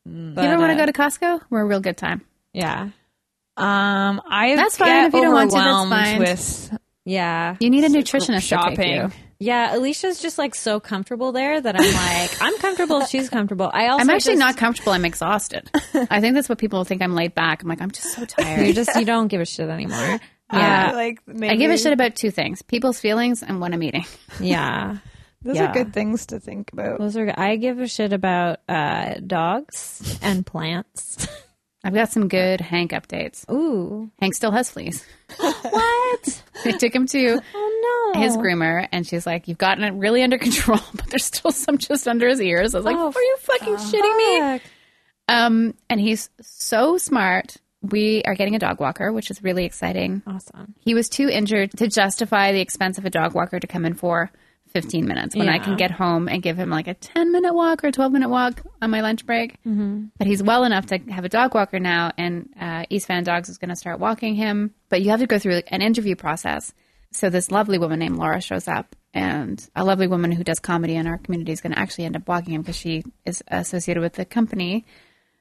S2: uh,
S1: You ever want to go to Costco? We're a real good time.
S2: Yeah,
S4: Um, I
S1: That's
S4: get
S1: fine. If you don't want to, that's
S4: overwhelmed
S1: fine.
S4: With
S2: yeah,
S1: You need a nutritionist shopping.
S4: shopping.
S2: yeah. Alicia's just like so comfortable there that I'm like, I'm comfortable. She's comfortable. I also
S1: I'm actually
S2: just-
S1: not comfortable. I'm
S2: [laughs]
S1: exhausted. I think that's what people think. I'm laid back. I'm like, I'm just so tired.
S2: You just you don't give a shit anymore.
S1: [laughs] Yeah.
S3: like maybe
S1: I give a shit about two things people's feelings and what I'm eating. [laughs]
S2: Yeah,
S3: Those
S2: yeah.
S3: are good things to think about.
S2: those are. I give a shit about uh, dogs and plants. [laughs]
S1: I've got some good Hank updates.
S2: Ooh,
S1: Hank still has fleas. [laughs]
S2: what?
S1: I took him to
S2: Oh no,
S1: his groomer, and she's like, You've gotten it really under [laughs] control, but there's still some just under his ears. I was like,
S2: Oh,
S1: Are you fucking shitting me?
S2: Fuck.
S1: Um, and he's so smart. We are getting a dog walker, which is really exciting.
S2: Awesome.
S1: He was too injured to justify the expense of a dog walker to come in for 15 minutes when I
S2: Yeah.
S1: can get home and give him like a 10 minute walk or a 12 minute walk on my lunch break. But he's well enough to have a dog walker now, and uh, East Van Dogs is going to start walking him. But you have to go through an interview process. So this lovely woman named Laura shows up, and a lovely woman who does comedy in our community is going to actually end up walking him because she is associated with the company.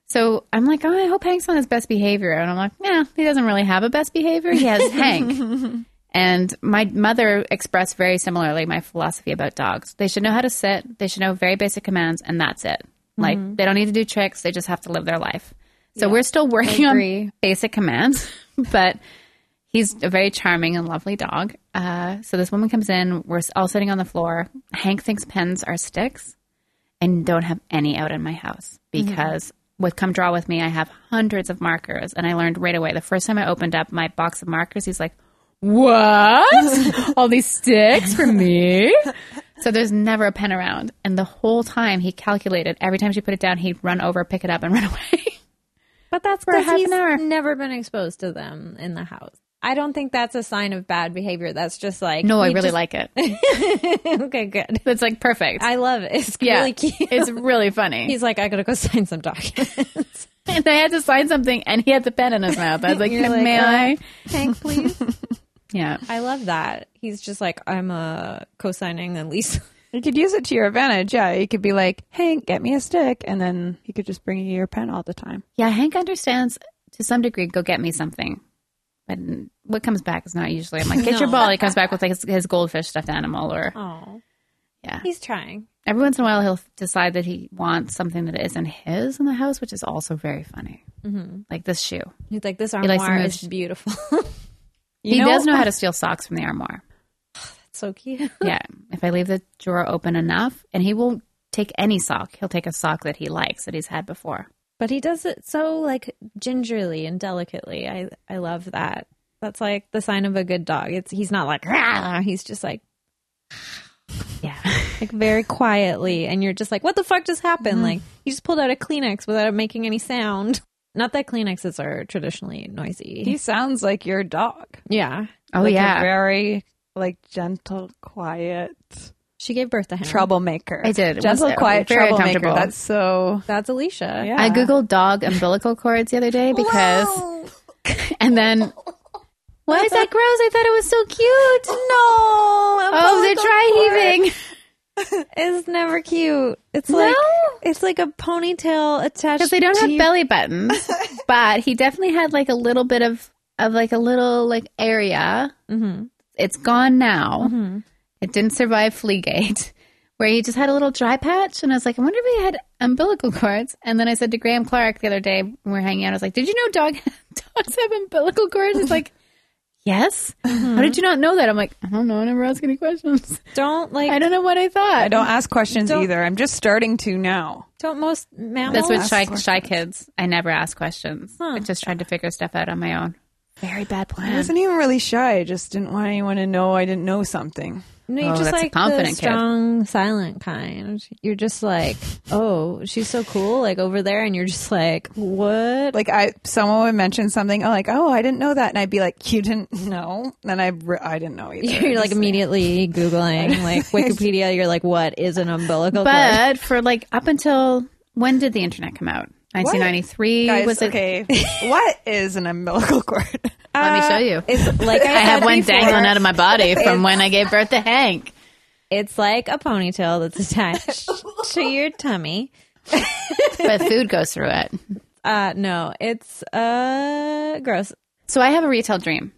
S1: So I'm like, oh, I hope Hank's on his best behavior. And I'm like, yeah, he doesn't really have a best behavior. He has Hank. And my mother expressed very similarly my philosophy about dogs. They should know how to sit, they should know very basic commands, and that's it. Like, they don't need to do tricks, they just have to live their life. So we're still working on
S2: agree.
S1: basic commands, [laughs] but he's a very charming and lovely dog. Uh, so this woman comes in, we're all sitting on the floor. Hank thinks pens are sticks and don't have any out in my house
S2: Mm-hmm.
S1: because with Come Draw With Me, I have hundreds of markers. And I learned right away the first time I opened up my box of markers, he's like,
S2: [laughs]
S1: What? All these sticks for me? So there's never a pen around. And the whole time he calculated, every time she put it down, he'd run over, pick it up, and [laughs] run away.
S2: But that's
S1: For half
S2: because
S1: an
S2: he's
S1: hour.
S2: never been exposed to them in the house. I don't think that's a sign of bad behavior. That's just like
S1: no, I
S2: he
S1: really
S2: just-
S1: like it.
S2: [laughs] okay, good.
S1: It's like perfect.
S2: I love it. It's
S1: yeah.
S2: [laughs] really cute.
S1: It's really funny.
S2: He's like, I gotta go [laughs] sign some documents.
S1: and I had to sign something, and he had the pen in his mouth.
S2: [laughs]
S1: I was like,
S2: You're like,
S1: May
S2: uh,
S1: I?
S2: Hank, please.
S1: Yeah.
S2: [laughs] I love that. He's just like, I'm uh, co-signing the lease.
S3: You could use it to your advantage. Yeah, you could be like, Hank, get me a stick, and then he could just bring you your pen all the time.
S1: Yeah, Hank understands to some degree. Go get me something, but what comes back is not usually. I'm like, get your ball. He comes back with like his, his goldfish stuffed animal, or
S2: Oh,
S1: Yeah.
S2: He's trying.
S1: every once in a while he'll decide that he wants something that isn't his in the house, which is also very funny. Like this shoe,
S2: He's like, this
S1: likes to
S2: armoire [laughs]
S1: move
S2: is
S1: sh-
S2: beautiful.
S3: You
S1: [laughs] he does know how to steal socks from the armoire.
S2: so cute.
S1: yeah. If I leave the drawer open enough, and he won't take any sock, he'll take a sock that he likes that he's had before.
S2: But he does it so like gingerly and delicately. I I love that. That's like the sign of a good dog. It's he's not like Rah! he's just like
S1: [laughs]
S2: yeah, like very quietly, and you're just like, what the fuck just
S1: Mm-hmm.
S2: happened? Like you just pulled out a Kleenex without it making any sound. Not that Kleenexes are traditionally noisy.
S3: He sounds like your dog.
S2: yeah,
S1: Oh
S3: Like a
S1: yeah,
S3: very like gentle, quiet
S2: she gave birth to him.
S3: troublemaker.
S1: I did. It
S3: Gentle,
S1: was, uh,
S3: quiet
S1: very
S3: troublemaker.
S1: comfortable.
S3: That's so.
S2: That's Alicia.
S3: Yeah.
S1: I googled dog umbilical cords the other [laughs] day because, and then [laughs] why is that gross? I thought it was so cute.
S2: No.
S1: Oh, they're dry heaving.
S2: It's never cute. It's
S1: No?
S2: like it's like a ponytail attached.
S1: because they don't
S2: to
S1: have
S2: you.
S1: belly buttons. but he definitely had like a little bit of of like a little like area.
S2: Mhm.
S1: It's gone now.
S2: Mhm.
S1: It didn't survive Fleagate, [laughs] where he just had a little dry patch. And I was like, I wonder if he had umbilical cords. And then I said to Graham Clark the other day when we were hanging out, I was like, Did you know dog [laughs] dogs have umbilical cords? He's like. Yes. How did you not know that? I'm like, I don't know. I never ask any questions. [laughs]
S2: Don't like
S1: I don't know what I thought.
S3: I don't ask questions
S2: Don't-
S3: either. I'm just starting to now.
S2: Don't most mammals?
S1: That's what
S3: ask
S1: shy,
S3: questions.
S1: shy kids. I never ask questions.
S2: Huh.
S1: I just tried to figure stuff out on my own. Very bad plan.
S3: I wasn't even really shy. I just didn't want anyone to know I didn't know something.
S2: no, you're
S1: Oh,
S2: just
S1: that's a
S2: like the
S1: confident kid.
S2: strong, silent kind. You're just like, oh, she's so cool, like over there, and you're just like, what?
S3: Like I, someone would mention something. Oh, like oh, I didn't know that, and I'd be like, you didn't know, and I, re- I didn't
S1: [laughs]
S3: know either.
S2: [laughs] you're like immediately googling like Wikipedia. You're like, what is an umbilical cord?
S1: But for like up until when did the internet come out? 1993
S3: Guys,
S1: was it?
S2: [laughs]
S3: okay. what is an umbilical cord?
S1: Let me show you.
S2: It's like I,
S1: I have
S2: said
S1: one
S2: before,
S1: dangling out of my [laughs] body from when I gave birth to Hank.
S2: It's like a ponytail
S1: [laughs]
S2: that's attached to your tummy.
S1: But food goes through it.
S2: Uh, no, it's uh gross.
S1: So I have a retail dream.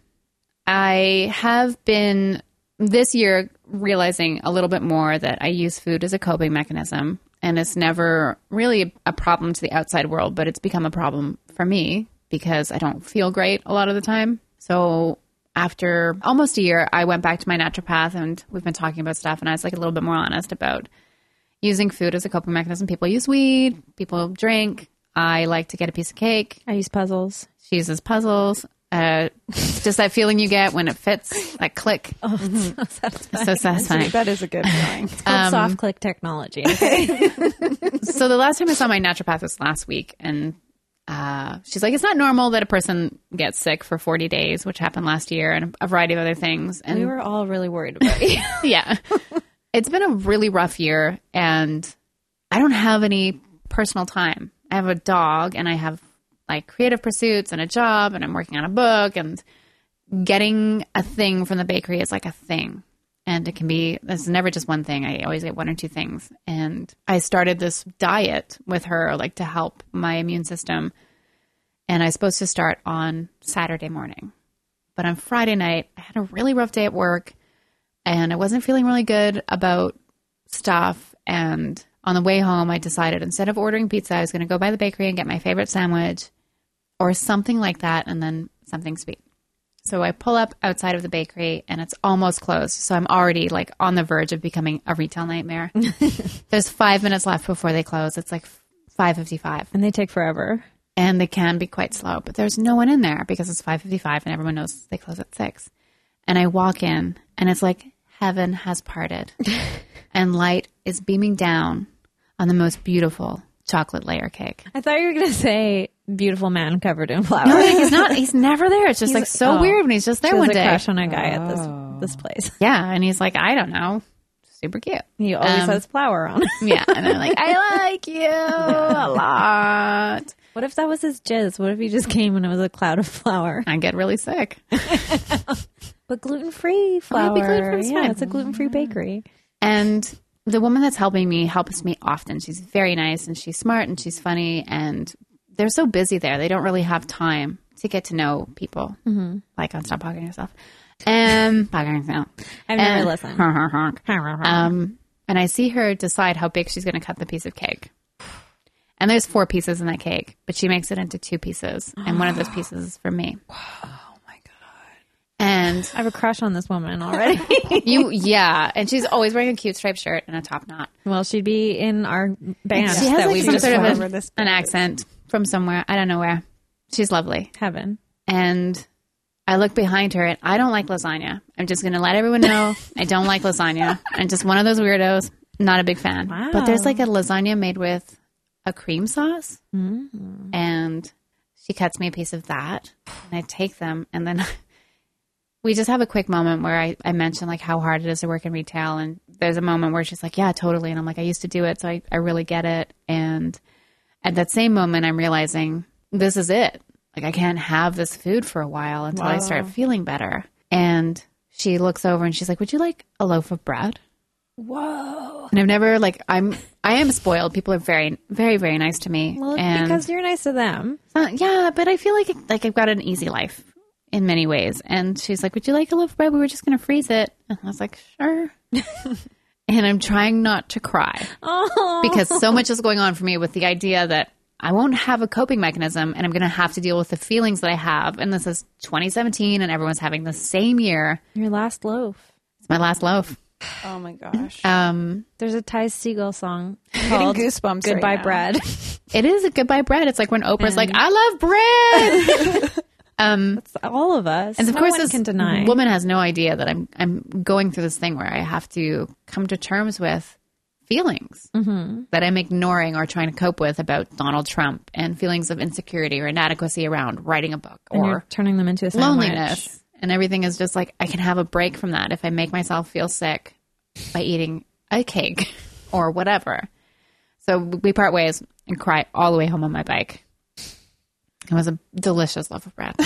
S1: I have been this year realizing a little bit more that I use food as a coping mechanism and it's never really a problem to the outside world, but it's become a problem for me because I don't feel great a lot of the time. So after almost a year, I went back to my naturopath and we've been talking about stuff and I was like a little bit more honest about using food as a coping mechanism. People use weed, people drink. I like to get a piece of cake.
S2: I use puzzles. [laughs]
S1: She uses puzzles. Uh, it's just that feeling you get when it fits, that click.
S2: Oh, it's so satisfying.
S1: It's so satisfying.
S3: that is
S2: [laughs]
S3: a good feeling.
S2: It's called
S1: Um,
S2: soft
S1: [laughs]
S2: click technology.
S1: so the last time I saw my naturopath was last week, and uh, she's like, "It's not normal that a person gets sick for 40 days, which happened last year, and a variety of other things." And
S2: we were all really worried
S1: [laughs]
S2: about you.
S1: yeah. It's been a really rough year and I don't have any personal time. I have a dog and I have like creative pursuits and a job and I'm working on a book and getting a thing from the bakery is like a thing. And it can be it's never just one thing. I always get one or two things. And I started this diet with her like to help my immune system. And I was supposed to start on Saturday morning. But on Friday night, I had a really rough day at work and I wasn't feeling really good about stuff. And on the way home, I decided instead of ordering pizza, I was going to go by the bakery and get my favorite sandwich or something like that, and then something sweet. So I pull up outside of the bakery and it's almost closed. So I'm already like on the verge of becoming a retail nightmare. There's five minutes left before they close. It's like 5:55
S2: and they take forever.
S1: and they can be quite slow. But there's no one in there because it's 5:55 and everyone knows they close at 6. And I walk in and it's like heaven has
S2: [laughs]
S1: parted. and light is beaming down on the most beautiful chocolate layer cake.
S2: I thought you were going to say beautiful man covered in flowers.
S1: Like
S2: [laughs]
S1: he's not he's never there. It's just like so
S2: oh.
S1: weird when he's just there
S2: She has
S1: one
S2: a
S1: day.
S2: crush on a guy at this this place. [laughs]
S1: Yeah, and he's like I don't know. Super cute.
S2: He always
S1: Um,
S2: has flower on.
S1: Yeah, and I'm like I like you a lot.
S2: [laughs] what if that was his jizz? What if he just came and it was a cloud of flour?
S1: I get really sick.
S2: But gluten free flour.
S1: Happy gluten-free is
S2: yeah,
S1: fine.
S2: it's a gluten free bakery.
S1: And the woman that's helping me helps me often. She's very nice and she's smart and she's funny. And they're so busy there, they don't really have time to get to know people. Mm-hmm. Like on Stop Hogging Yourself. Um, [laughs] Hogging Yourself.
S2: I've never
S1: And-
S2: listened.
S1: Honk, honk, honk. [laughs] Um, and I see her decide how big she's going to cut the piece of cake. And there's four pieces in that cake, but
S2: [gasps] oh
S1: she makes it into two pieces, and one of those pieces is for me. Wow, my god! And
S2: [laughs] I have a crush on this woman [laughs] already.
S1: you, yeah. And she's always wearing a cute striped shirt and a top knot.
S2: well, she'd be in our band
S1: She has
S2: that
S1: like
S2: we
S1: some
S2: just
S1: sort of
S2: formed.
S1: a- an accent from somewhere. I don't know where. She's lovely.
S2: heaven.
S1: And I look behind her and I don't like lasagna. I'm just going to let everyone know I don't like lasagna. I'm just one of those weirdos. Not a big fan. But there's like a lasagna made with a cream sauce. And she cuts me a piece of that. And I take them. And then [laughs] we just have a quick moment where I, I mention like how hard it is to work in retail. And there's a moment where she's like, yeah, totally. And I'm like, I used to do it. So I, I really get it. And at that same moment, I'm realizing this is it. Like, I can't have this food for a while until I start feeling better. And she looks over and she's like, Would you like a loaf of bread? Whoa. And I've never, like, I'm, I am spoiled. People are very, very, very nice to me.
S2: Well,
S1: and
S2: because you're nice to them.
S1: uh, yeah, but I feel like, like I've got an easy life in many ways. And she's like, Would you like a loaf of bread? We were just going to freeze it. And I was like, Sure. [laughs] and I'm trying not to cry
S2: Oh,
S1: because so much is going on for me with the idea that I won't have a coping mechanism and I'm going to have to deal with the feelings that I have. And this is 2017 and everyone's having the same year.
S2: your last loaf.
S1: It's my last loaf.
S3: Oh my gosh.
S1: Um,
S2: There's a Ty Segall song
S3: Getting
S2: called
S3: goosebumps.
S2: "Goodbye
S3: right now.
S2: Bread."
S1: it is a goodbye bread. It's like when Oprah's like,
S2: [laughs]
S1: I love bread.
S2: It's all of us.
S1: And of
S2: no
S1: course,
S2: one
S1: this
S2: can deny.
S1: woman has no idea that I'm, I'm going through this thing where I have to come to terms with feelings
S2: Mm-hmm.
S1: that I'm ignoring or trying to cope with about Donald Trump and feelings of insecurity or inadequacy around writing a book
S2: and
S1: or
S2: you're turning them into a sandwich.
S1: loneliness and everything is just like I can have a break from that if I make myself feel sick by eating a cake or whatever. So we part ways and cry all the way home on my bike. It was a delicious loaf of
S2: [laughs]
S1: bread.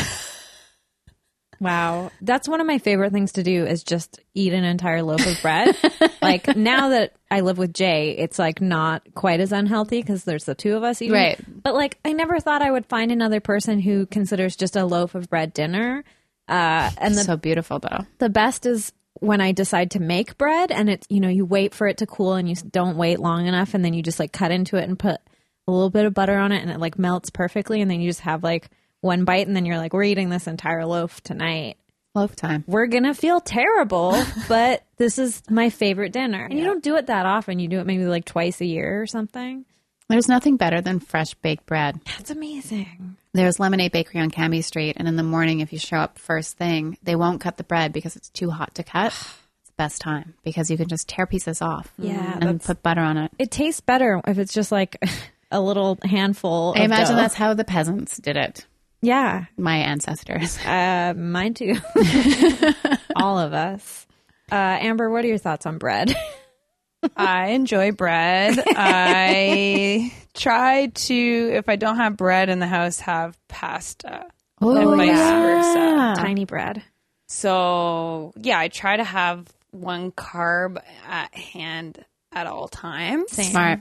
S2: Wow. That's one of my favorite things to do is just eat an entire loaf of
S1: [laughs]
S2: bread. like now that I live with Jay, it's like not quite as unhealthy because there's the two of us eating.
S1: Right.
S2: But like I never thought I would find another person who considers just a loaf of bread dinner. Uh, and the
S1: so beautiful though.
S2: the best is when I decide to make bread and it's, you know, you wait for it to cool and you s- don't wait long enough and then you just like cut into it and put a little bit of butter on it and it like melts perfectly and then you just have like one bite and then you're like, we're eating this entire loaf tonight.
S1: Loaf time.
S2: We're going to
S1: [laughs]
S2: feel terrible, but this is my favorite dinner. And you don't do it that often. You do it maybe like twice a year or something.
S1: There's nothing better than fresh baked bread.
S2: That's amazing.
S1: There's Lemonade Bakery on Cambie Street, and in the morning, if you show up first thing, they won't cut the bread because it's too hot to cut. [sighs] It's the best time because you can just tear pieces off,
S2: Yeah,
S1: and put butter on it.
S2: It tastes better if it's just like [laughs] a little handful.
S1: I
S2: of
S1: imagine
S2: dough.
S1: that's how the peasants did it.
S2: yeah.
S1: My ancestors. [laughs]
S2: Uh, mine [laughs] too. All of us. Uh, Amber, what are your thoughts on [laughs] bread?
S3: I enjoy bread.
S2: [laughs]
S3: I try to, if I don't have bread in the house, have pasta.
S1: Oh,
S3: vice versa.
S2: Tiny bread.
S3: So yeah, I try to have one carb at hand at all times.
S1: Smart.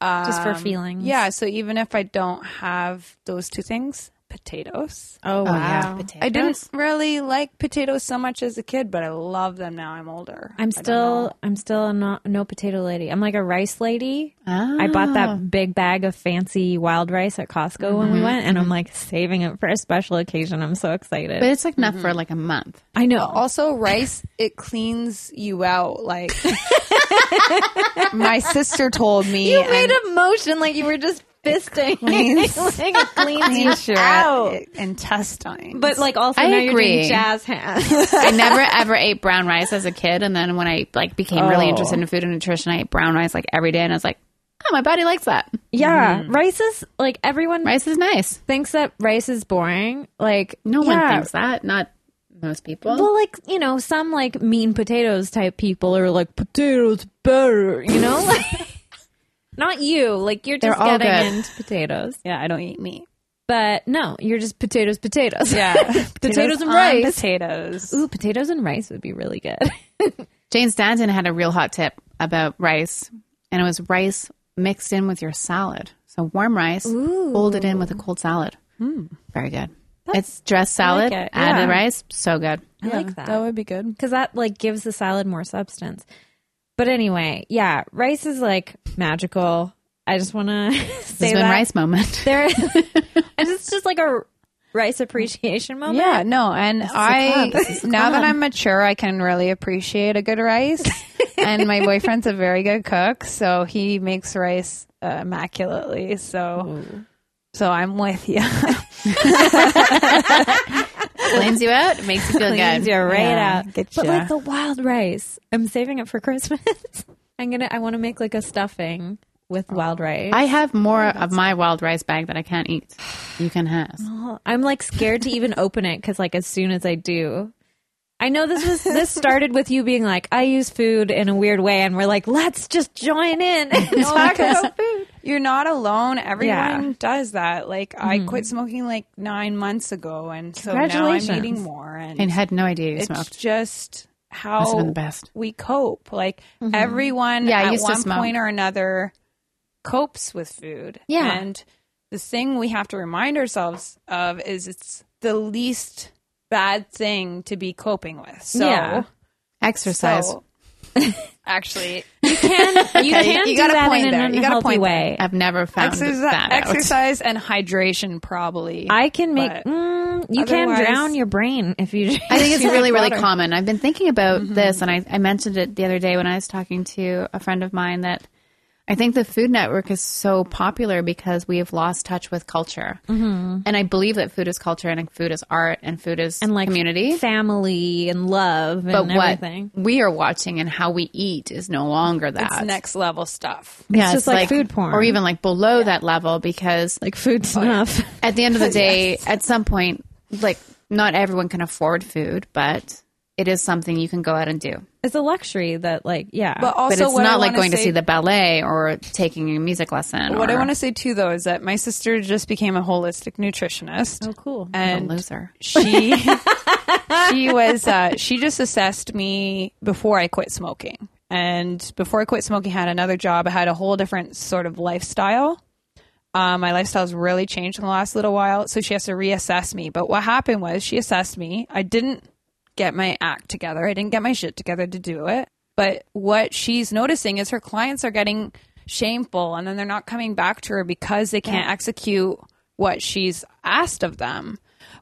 S2: Just for feelings.
S3: Yeah, so even if I don't have those two things, potatoes.
S2: Oh,
S1: Oh,
S2: wow.
S1: yeah. Potatoes.
S3: I didn't really like potatoes so much as a kid, but I love them now I'm older.
S2: I'm still, I'm still a no, no potato lady. I'm like a rice lady.
S1: Ah.
S2: I bought that big bag of fancy wild rice at Costco when we went, and I'm like saving it for a special occasion. I'm so excited.
S1: But it's like enough
S2: Mm-hmm.
S1: for like a month.
S2: I know.
S3: Also, rice it cleans you out. [laughs] Like my sister told me,
S2: you made a motion like you were just [laughs] fisting.
S3: Cleans-
S2: like it cleans you
S3: sure
S2: out.
S3: intestine.
S2: But like also
S1: I
S2: now you're
S1: agree.
S2: doing jazz hands. [laughs]
S1: I never ever ate brown rice as a kid, and then when I like became really
S2: Oh.
S1: interested in food and nutrition, I ate brown rice like every day, and I was like, oh, my body likes that.
S2: yeah, rice is like everyone
S1: Mm-hmm. Rice is nice.
S2: thinks that rice is boring. Like
S1: No one
S2: yeah.
S1: thinks that. Not most people.
S2: Well, like you know, some like mean potatoes type people are like potatoes better. You know,
S1: [laughs]
S2: [laughs] like not you. Like you're
S1: They're
S2: just
S1: all
S2: getting
S1: good.
S2: into potatoes.
S3: yeah, I don't eat meat.
S2: But no, you're just potatoes, potatoes. [laughs]
S3: Yeah,
S2: Potatoes and
S3: on
S2: rice.
S3: [laughs] Potatoes.
S2: Ooh, potatoes and rice would be really good. [laughs]
S1: Jane Stanton had a real hot tip about rice, and it was rice mixed in with your salad. So warm rice, folded in with a cold salad. Very good. it's dressed salad,
S2: Hmm. like it.
S1: added
S2: Yeah.
S1: rice, so good.
S2: I like that.
S3: That would be good.
S2: because that like gives the salad more substance. But anyway, yeah, rice is like magical. I just want to [laughs]
S1: This
S2: say
S1: has been
S2: that [laughs]
S1: rice moment.
S2: there, and it's just like a rice appreciation moment.
S3: Yeah, no, and I now that I'm mature, I can really appreciate a
S2: [laughs]
S3: good rice. and my boyfriend's a very good cook, so he makes rice uh, immaculately. So, so I'm with
S2: [laughs]
S3: you.
S1: [laughs]
S2: Oh,
S1: Cleans you out, makes you feel
S2: Cleans
S1: good.
S2: you right
S3: Yeah,
S2: out.
S3: get
S2: But
S3: ya.
S2: like the wild rice, I'm saving it for Christmas. [laughs] I'm gonna. I want to make like a stuffing with wild rice.
S1: I have more of my wild rice bag that I can't eat. You can [sighs] have.
S2: I'm like scared to even open it because like as soon as I do, I know this was
S3: [laughs]
S2: this started with you being like I use food in a weird way, and we're like let's just join in.
S3: [laughs]
S2: and talk about food.
S3: You're not alone. Everyone
S2: Yeah. Mm.
S3: does that. Like I quit smoking like nine months ago, and so now I'm
S2: Congratulations.
S3: eating more. And
S1: And had no idea you
S3: it's
S1: smoked.
S3: just
S1: Must have
S3: how
S1: been the best.
S3: we cope. Like everyone
S1: Yeah, I
S3: at
S1: used to
S3: one
S1: smoke.
S3: point or another copes with food.
S2: Yeah.
S3: And the thing we have to remind ourselves of is it's the least bad thing to be coping with. So
S2: Yeah.
S1: Exercise.
S3: so- [laughs] actually [laughs]
S2: Can, you
S3: Okay,
S2: can
S3: you
S2: do
S3: got a
S2: that
S3: point
S2: in
S3: there.
S2: an
S3: You got a
S2: unhealthy
S3: point there.
S2: way.
S1: I've never found
S3: exercise,
S1: that out.
S3: exercise and hydration probably.
S2: I can make.
S3: But
S2: Mm, you can
S3: otherwise-
S2: drown your brain if you. [laughs]
S1: I think it's
S2: drink
S1: really, really
S2: water.
S1: common. I've been thinking about this, and I, I mentioned it the other day when I was talking to a friend of mine that I think the Food Network is so popular because we have lost touch with culture. Mm-hmm. And I believe that food is culture, and food is art, and food is
S2: and like
S1: community.
S2: family, and love,
S1: but
S2: and
S1: what
S2: everything.
S1: we are watching and how we eat is no longer that.
S3: it's next level stuff.
S1: Yeah,
S2: just like food porn.
S1: or even like below that level, because
S2: Like food snuff.
S1: at the end of the day, at some point, like not everyone can afford food, but it is something you can go out and do.
S2: [laughs] It's a luxury that, like, yeah.
S3: But also,
S1: But it's
S3: what I
S1: not like
S3: wanna
S1: going to
S3: say-
S1: see the ballet or taking a music lesson.
S3: What I
S1: or-
S3: want to say too, though, is that my sister just became a holistic nutritionist.
S2: oh, cool.
S1: I'm
S3: and
S1: a loser.
S3: she she was uh, she just assessed me before I quit smoking, and before I quit smoking, had another job. I had a whole different sort of lifestyle. Um, my lifestyle's really changed in the last little while, so she has to reassess me. But what happened was she assessed me. I didn't get my act together. I didn't get my shit together to do it. But what she's noticing is her clients are getting shameful and then they're not coming back to her because they can't execute what she's asked of them.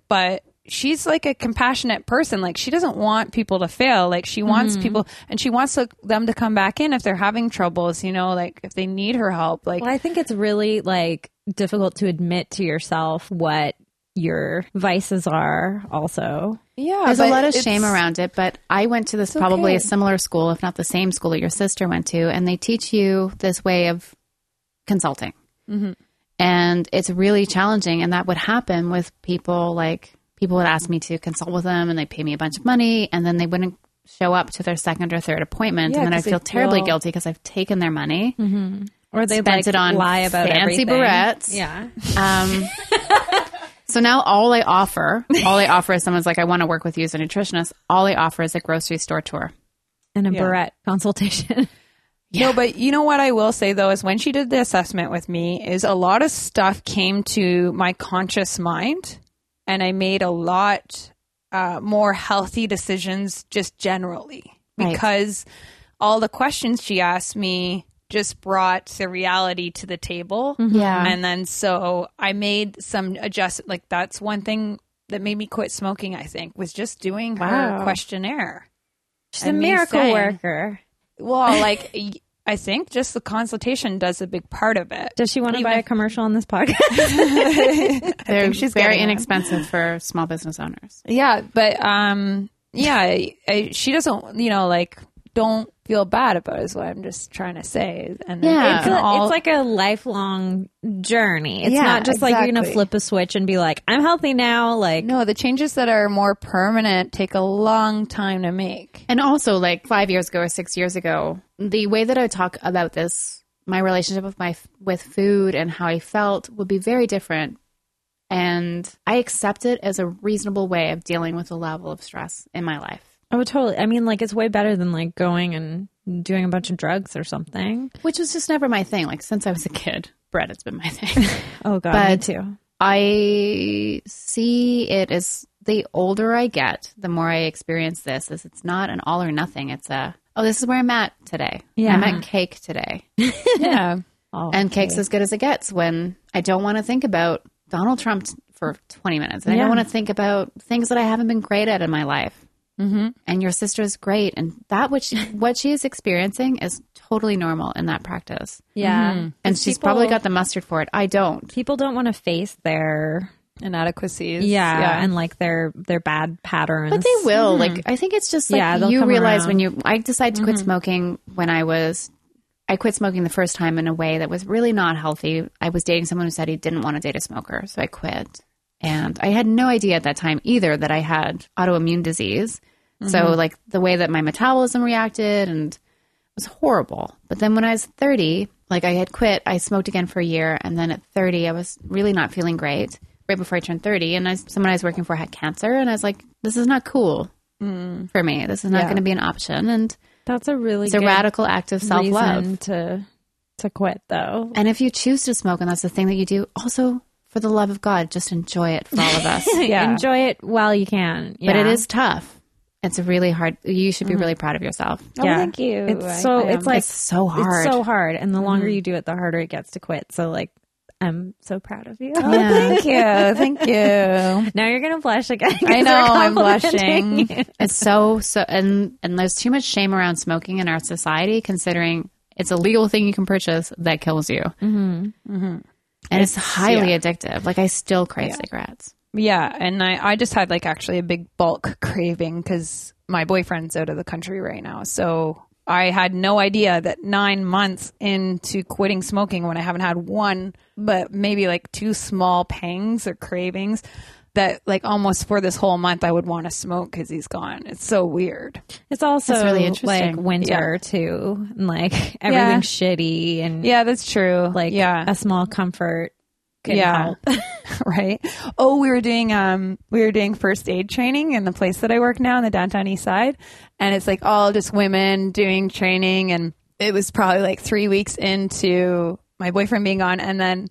S3: But she's like a compassionate person. Like she doesn't want people to fail. Like she wants people and she wants to, them to come back in if they're having troubles, you know, like if they need her help. Like
S2: Well, I think it's really like difficult to admit to yourself what your vices are. Also,
S3: yeah,
S1: There's a
S3: but
S1: lot of
S3: it's-
S1: shame around it, but I went to this probably a
S3: okay.
S1: similar school, if not the same school that your sister went to, and they teach you this way of consulting.
S3: Mm-hmm.
S1: And it's really challenging. And that would happen with people like people would ask me to consult with them and they pay me a bunch of money and then they wouldn't show up to their second or third appointment.
S3: Yeah,
S1: and then I
S3: 'cause they
S1: feel terribly
S3: feel- Mhm.
S1: guilty because I've taken their money.
S2: or they
S1: Spent
S2: like
S1: it on
S2: lie about
S1: fancy
S2: everything.
S1: barrettes.
S2: Yeah,
S1: Um, [laughs] so now all I offer, all I offer is someone's like, I want to work with you as a nutritionist. All I offer is a grocery store tour.
S2: [laughs] and a barrette consultation.
S3: No, but you know what I will say though is when she did the assessment with me is a lot of stuff came to my conscious mind and I made a lot uh, more healthy decisions just generally
S1: Right.
S3: because all the questions she asked me just brought the reality to the table.
S1: Yeah.
S3: And then so I made some adjust like that's one thing that made me quit smoking, I think, was just doing her
S1: Wow.
S3: questionnaire.
S2: [laughs] She's
S3: And
S2: a
S3: me
S2: miracle
S3: saying-
S2: worker.
S3: [laughs] Well, like y- I think just the consultation does a big part of it.
S2: Does she want to buy a commercial on this [laughs] podcast?
S1: They're very
S3: getting one.
S1: inexpensive for small business owners.
S3: Yeah, but um, yeah, I, I, she doesn't. You know, like don't feel bad about it, is what I'm just trying to say. And then
S1: Yeah.
S3: it
S2: it's,
S3: can
S2: a,
S3: all-
S2: it's like a lifelong journey. It's
S3: Yeah,
S2: not just like you're going to
S3: exactly.
S2: flip a switch and be like, I'm healthy now. Like,
S3: no, the changes that are more permanent take a long time to make.
S1: And also, like five years ago or six years ago, the way that I would talk about this, my relationship with my with food and how I felt would be very different. And I accept it as a reasonable way of dealing with the level of stress in my life.
S2: oh, totally. I mean, like, it's way better than like going and doing a bunch of drugs or something.
S1: which was just never my thing. Like since I was a kid, bread has been my thing. [laughs]
S2: Oh, God.
S1: But-
S2: me too.
S1: I see it as the older I get, the more I experience this. Is it's not an all or nothing. It's a oh, this is where I'm at today.
S2: Yeah.
S1: I'm at cake today,
S3: Yeah,
S2: Oh,
S1: and cake's as good as it gets. When I don't want to think about Donald Trump t- for 20 minutes. And I
S2: Yeah.
S1: don't want to think about things that I haven't been great at in my life. Mm-hmm. And your sister's great. And that, [laughs] which what she is experiencing is totally normal in that practice.
S2: Yeah.
S1: And she's probably got the mustard for it. I don't.
S2: people don't want to face their
S3: Inadequacies.
S2: yeah, and like their their bad patterns.
S1: But they will. Like I think it's just like
S2: Yeah, they'll
S1: you
S2: come
S1: realize
S2: around. Mm-hmm.
S1: when you I decided to quit smoking when I was I quit smoking the first time in a way that was really not healthy. I was dating someone who said he didn't want to date a smoker, so I quit. And I had no idea at that time either that I had autoimmune disease.
S2: Mm-hmm.
S1: So like the way that my metabolism reacted and it was horrible. But then when I was 30, like I had quit, I smoked again for a year. And then at 30, I was really not feeling great right before I turned 30. And I, someone I was working for had cancer. And I was like, this is not cool for me. This is not going to be an option. And
S2: That's a really
S1: it's a radical act of self love.
S2: to to quit though.
S1: And if you choose to smoke, and that's the thing that you do, also for the love of God, just enjoy it for all of us.
S2: Yeah. Enjoy it while you can.
S1: But it
S2: Yeah.
S1: is tough. It's really hard. You should be really proud of yourself.
S3: Oh,
S2: yeah.
S4: thank you. I-
S2: It's so
S4: I
S2: it's like
S1: it's so hard.
S2: it's so hard, and the longer you do it, the harder it gets to quit. So like, I'm so proud of you.
S3: [laughs]
S1: Yeah.
S3: Thank you. Thank [laughs] you.
S2: [laughs] Now you're gonna blush again. 'cause
S3: I know.
S2: we're
S3: I'm
S2: complimenting
S3: blushing.
S2: you.
S1: [laughs] It's so so, and and there's too much shame around smoking in our society, considering it's a legal thing you can purchase that kills you, mm-hmm. and it's, highly addictive. Like I still crave cigarettes.
S3: Yeah, and I, I just had like actually a big bulk craving because my boyfriend's out of the country right now. So I had no idea that nine months into quitting smoking, when I haven't had one, but maybe like two small pangs or cravings, that like almost for this whole month I would want to smoke because he's gone. It's so weird.
S2: It's also
S1: That's really interesting.
S2: like winter too, and like [laughs] everything's shitty, and
S3: Yeah, that's true.
S2: like
S3: yeah,
S2: a small comfort can help. [laughs]
S3: [laughs] right. Oh, we were doing um we were doing first aid training in the place that I work now in the downtown east side. And it's like all just women doing training and it was probably like three weeks into my boyfriend being gone and then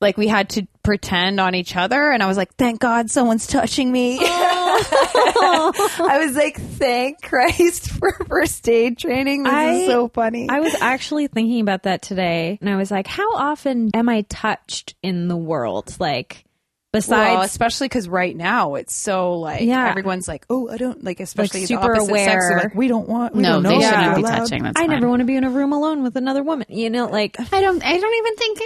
S3: like we had to pretend on each other and I was like, Thank God someone's touching me. [laughs]
S2: Oh.
S3: I was like, Thank Christ [laughs] for first aid training. This
S2: I-
S3: is so funny.
S2: I was actually thinking about that today, and I was like, how often am I touched in the world? Like,
S3: Well,
S2: besides
S3: especially because right now it's so like
S2: Yeah.
S3: everyone's like, oh, I don't like, especially the
S2: super
S3: opposite sex, they're
S2: aware.
S3: like, we don't want. We
S1: No,
S3: don't know
S1: they
S3: if
S2: Yeah.
S1: shouldn't
S3: they're
S1: be
S3: allowed."
S1: touching. That's
S2: I
S1: fine.
S2: never want to be in a room alone with another woman. You know, like
S1: I don't. I don't even think.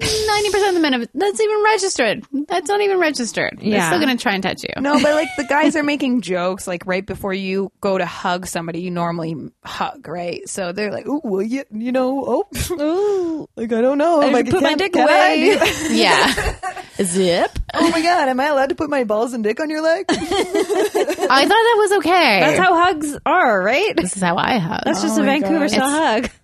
S1: Ninety percent of the men of that's even registered. That's not even registered. They're
S2: Yeah.
S1: still going to try and touch
S2: [laughs]
S1: you.
S3: No, but like the guys are making jokes like right before you go to hug somebody, you normally hug, right? So they're like, oh, well, you, you know, oh, [laughs] like I don't know. if I
S2: should put my
S3: can-
S2: dick
S3: can I [laughs]
S2: away. [laughs]
S3: do-
S1: Yeah. Zip.
S3: oh my god, am I allowed to put my balls and dick on your leg?
S1: I thought that was okay.
S2: that's how hugs are,
S3: [laughs]
S2: right?
S1: this is how I have.
S2: That's just a
S3: Oh my
S2: Vancouver
S3: gosh.
S2: style hug. [laughs]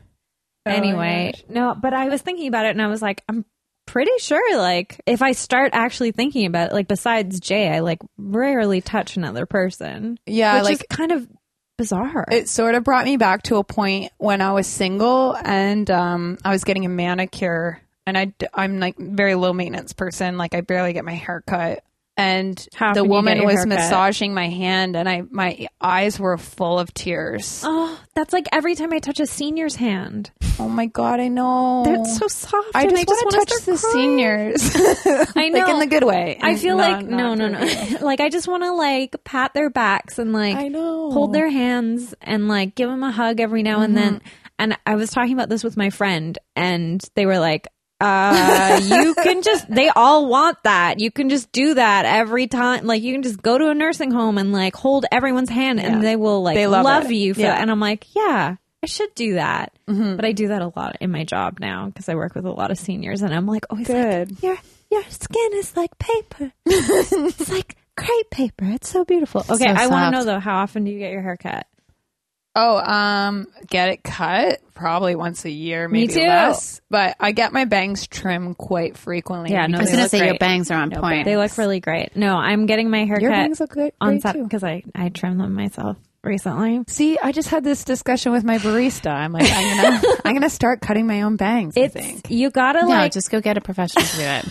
S2: anyway, no, but I was thinking about it and I was like, I'm pretty sure like if I start actually thinking about it, like besides Jay, I like rarely touch another person.
S3: Yeah,
S2: which
S3: like
S2: is kind of bizarre.
S3: it sort of brought me back to a point when I was single and um, I was getting a manicure and I am like very low maintenance person like I barely get my hair cut and
S2: How
S3: the
S2: often you get
S3: woman
S2: your
S3: was
S2: hair cut?
S3: massaging my hand and I my eyes were full of tears.
S2: oh, that's like every time I touch a senior's hand.
S3: Oh my god, I know.
S2: They're so soft.
S3: Oh. I
S2: and
S3: just, want to
S2: wanna
S3: touch the
S2: start crying. [laughs]
S3: seniors.
S2: I know.
S3: like in the good way.
S2: I
S3: and
S2: feel
S3: not-
S2: like
S3: not
S2: no, no,
S3: the-
S2: [laughs] no. like I just want to like pat their backs and like
S3: I know.
S2: hold their hands and like give them a hug every now and then.
S3: Mm-hmm.
S2: And I was talking about this with my friend, and they were like, uh, [laughs] "You can just they all want that. You can just do that every time. Like you can just go to a nursing home and like hold everyone's hand, and they will like
S3: They
S2: love,
S3: love it.
S2: you for
S3: Yeah.
S2: that." And I'm like, "Yeah." I should do that,
S3: Mm-hmm.
S2: but I do that a lot in my job now because I work with a lot of seniors, and I'm like always like,
S3: Good.
S2: your your skin is like
S3: [laughs]
S2: paper. it's like crepe paper. It's so beautiful. Okay, I want
S1: soft.
S2: to know though, how often do you get your hair cut?
S3: Oh, um, get it cut probably once a year, maybe
S2: too.
S3: less. But I get my bangs trimmed quite frequently.
S2: Yeah, no,
S1: I was going
S2: they
S1: to
S2: look
S1: say your
S2: great.
S1: bangs are on point.
S2: They look really great. No, I'm getting my hair
S3: your
S2: cut
S3: bangs look good
S2: on
S3: on
S2: Saturday
S3: too.
S2: because I I trimmed them myself recently.
S3: See, I just had this discussion with my barista. I'm like, I'm [laughs] gonna, I'm gonna start cutting my own bangs. I think.
S2: It's you gotta
S1: no,
S2: like [laughs]
S1: just go get a professional to do it.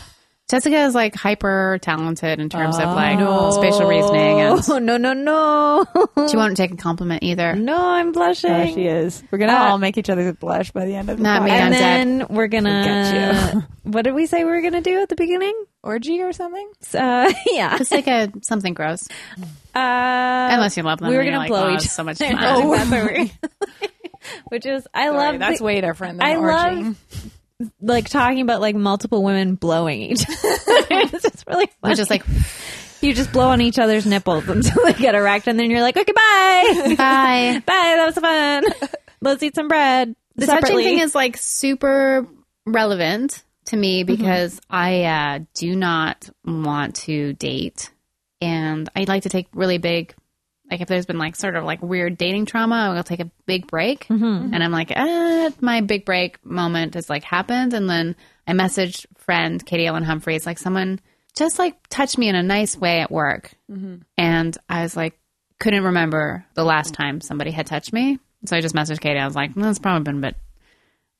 S1: Jessica is like hyper talented in terms of like spatial reasoning,
S2: [laughs]
S1: and
S2: Oh no no no [laughs]
S1: she won't take a compliment either.
S2: no! I'm blushing.
S3: There she is. We're gonna all make each other blush by the end of the
S1: Not me.
S3: podcast.
S1: I'm
S2: and
S1: dead.
S2: then we're gonna.
S3: [laughs] Forget
S2: [laughs] what did we say we were gonna do at the beginning?
S3: orgy or something.
S2: Uh, [laughs] yeah.
S1: It's like a something gross,
S2: [laughs] Uh,
S1: unless you love them.
S2: we were
S1: and you're like,
S2: gonna blow
S1: oh,
S2: each
S1: it's so much
S2: other.
S1: fun.
S2: Oh, that's what we- [laughs] Which is, I love.
S3: Sorry, that's
S2: the-
S3: way different. Than
S2: I
S3: orgy.
S2: love like talking about like multiple women blowing each. other. [laughs] it's just really funny.
S1: Which is like,
S2: you just blow on each other's nipples until they get erect, and then you're like, okay, bye, [laughs]
S1: bye.
S2: bye, that was fun. Let's eat some bread.
S1: The touching
S2: separately.
S1: thing is like super relevant to me because I uh, do not want to date, and I like to take really big. Like if there's been like sort of like weird dating trauma, I'll take a big break, and I'm like, ah, my big break moment has like happened, and then I messaged friend Katie Ellen Humphreys like someone just like touched me in a nice way at work, and I was like, couldn't remember the last time somebody had touched me. So I just messaged Katie. I was like, well, that's probably been, but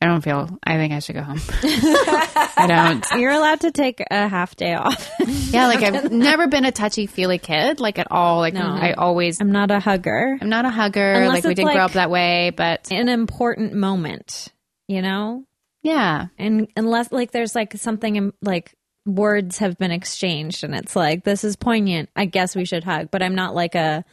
S1: I don't feel, I think I should go home. [laughs] I don't.
S2: You're allowed to take a half day off.
S1: Yeah, like
S2: [laughs]
S1: I've never been a touchy feely kid, like at all. Like I always,
S2: I'm not a hugger.
S1: I'm not a hugger.
S2: Unless
S1: like we
S2: it's
S1: didn't grow
S2: like-
S1: up that way, but
S2: An important moment, you know?
S1: yeah.
S2: And unless like there's like something in, like words have been exchanged and it's like this is poignant. I guess we should hug, but I'm not like a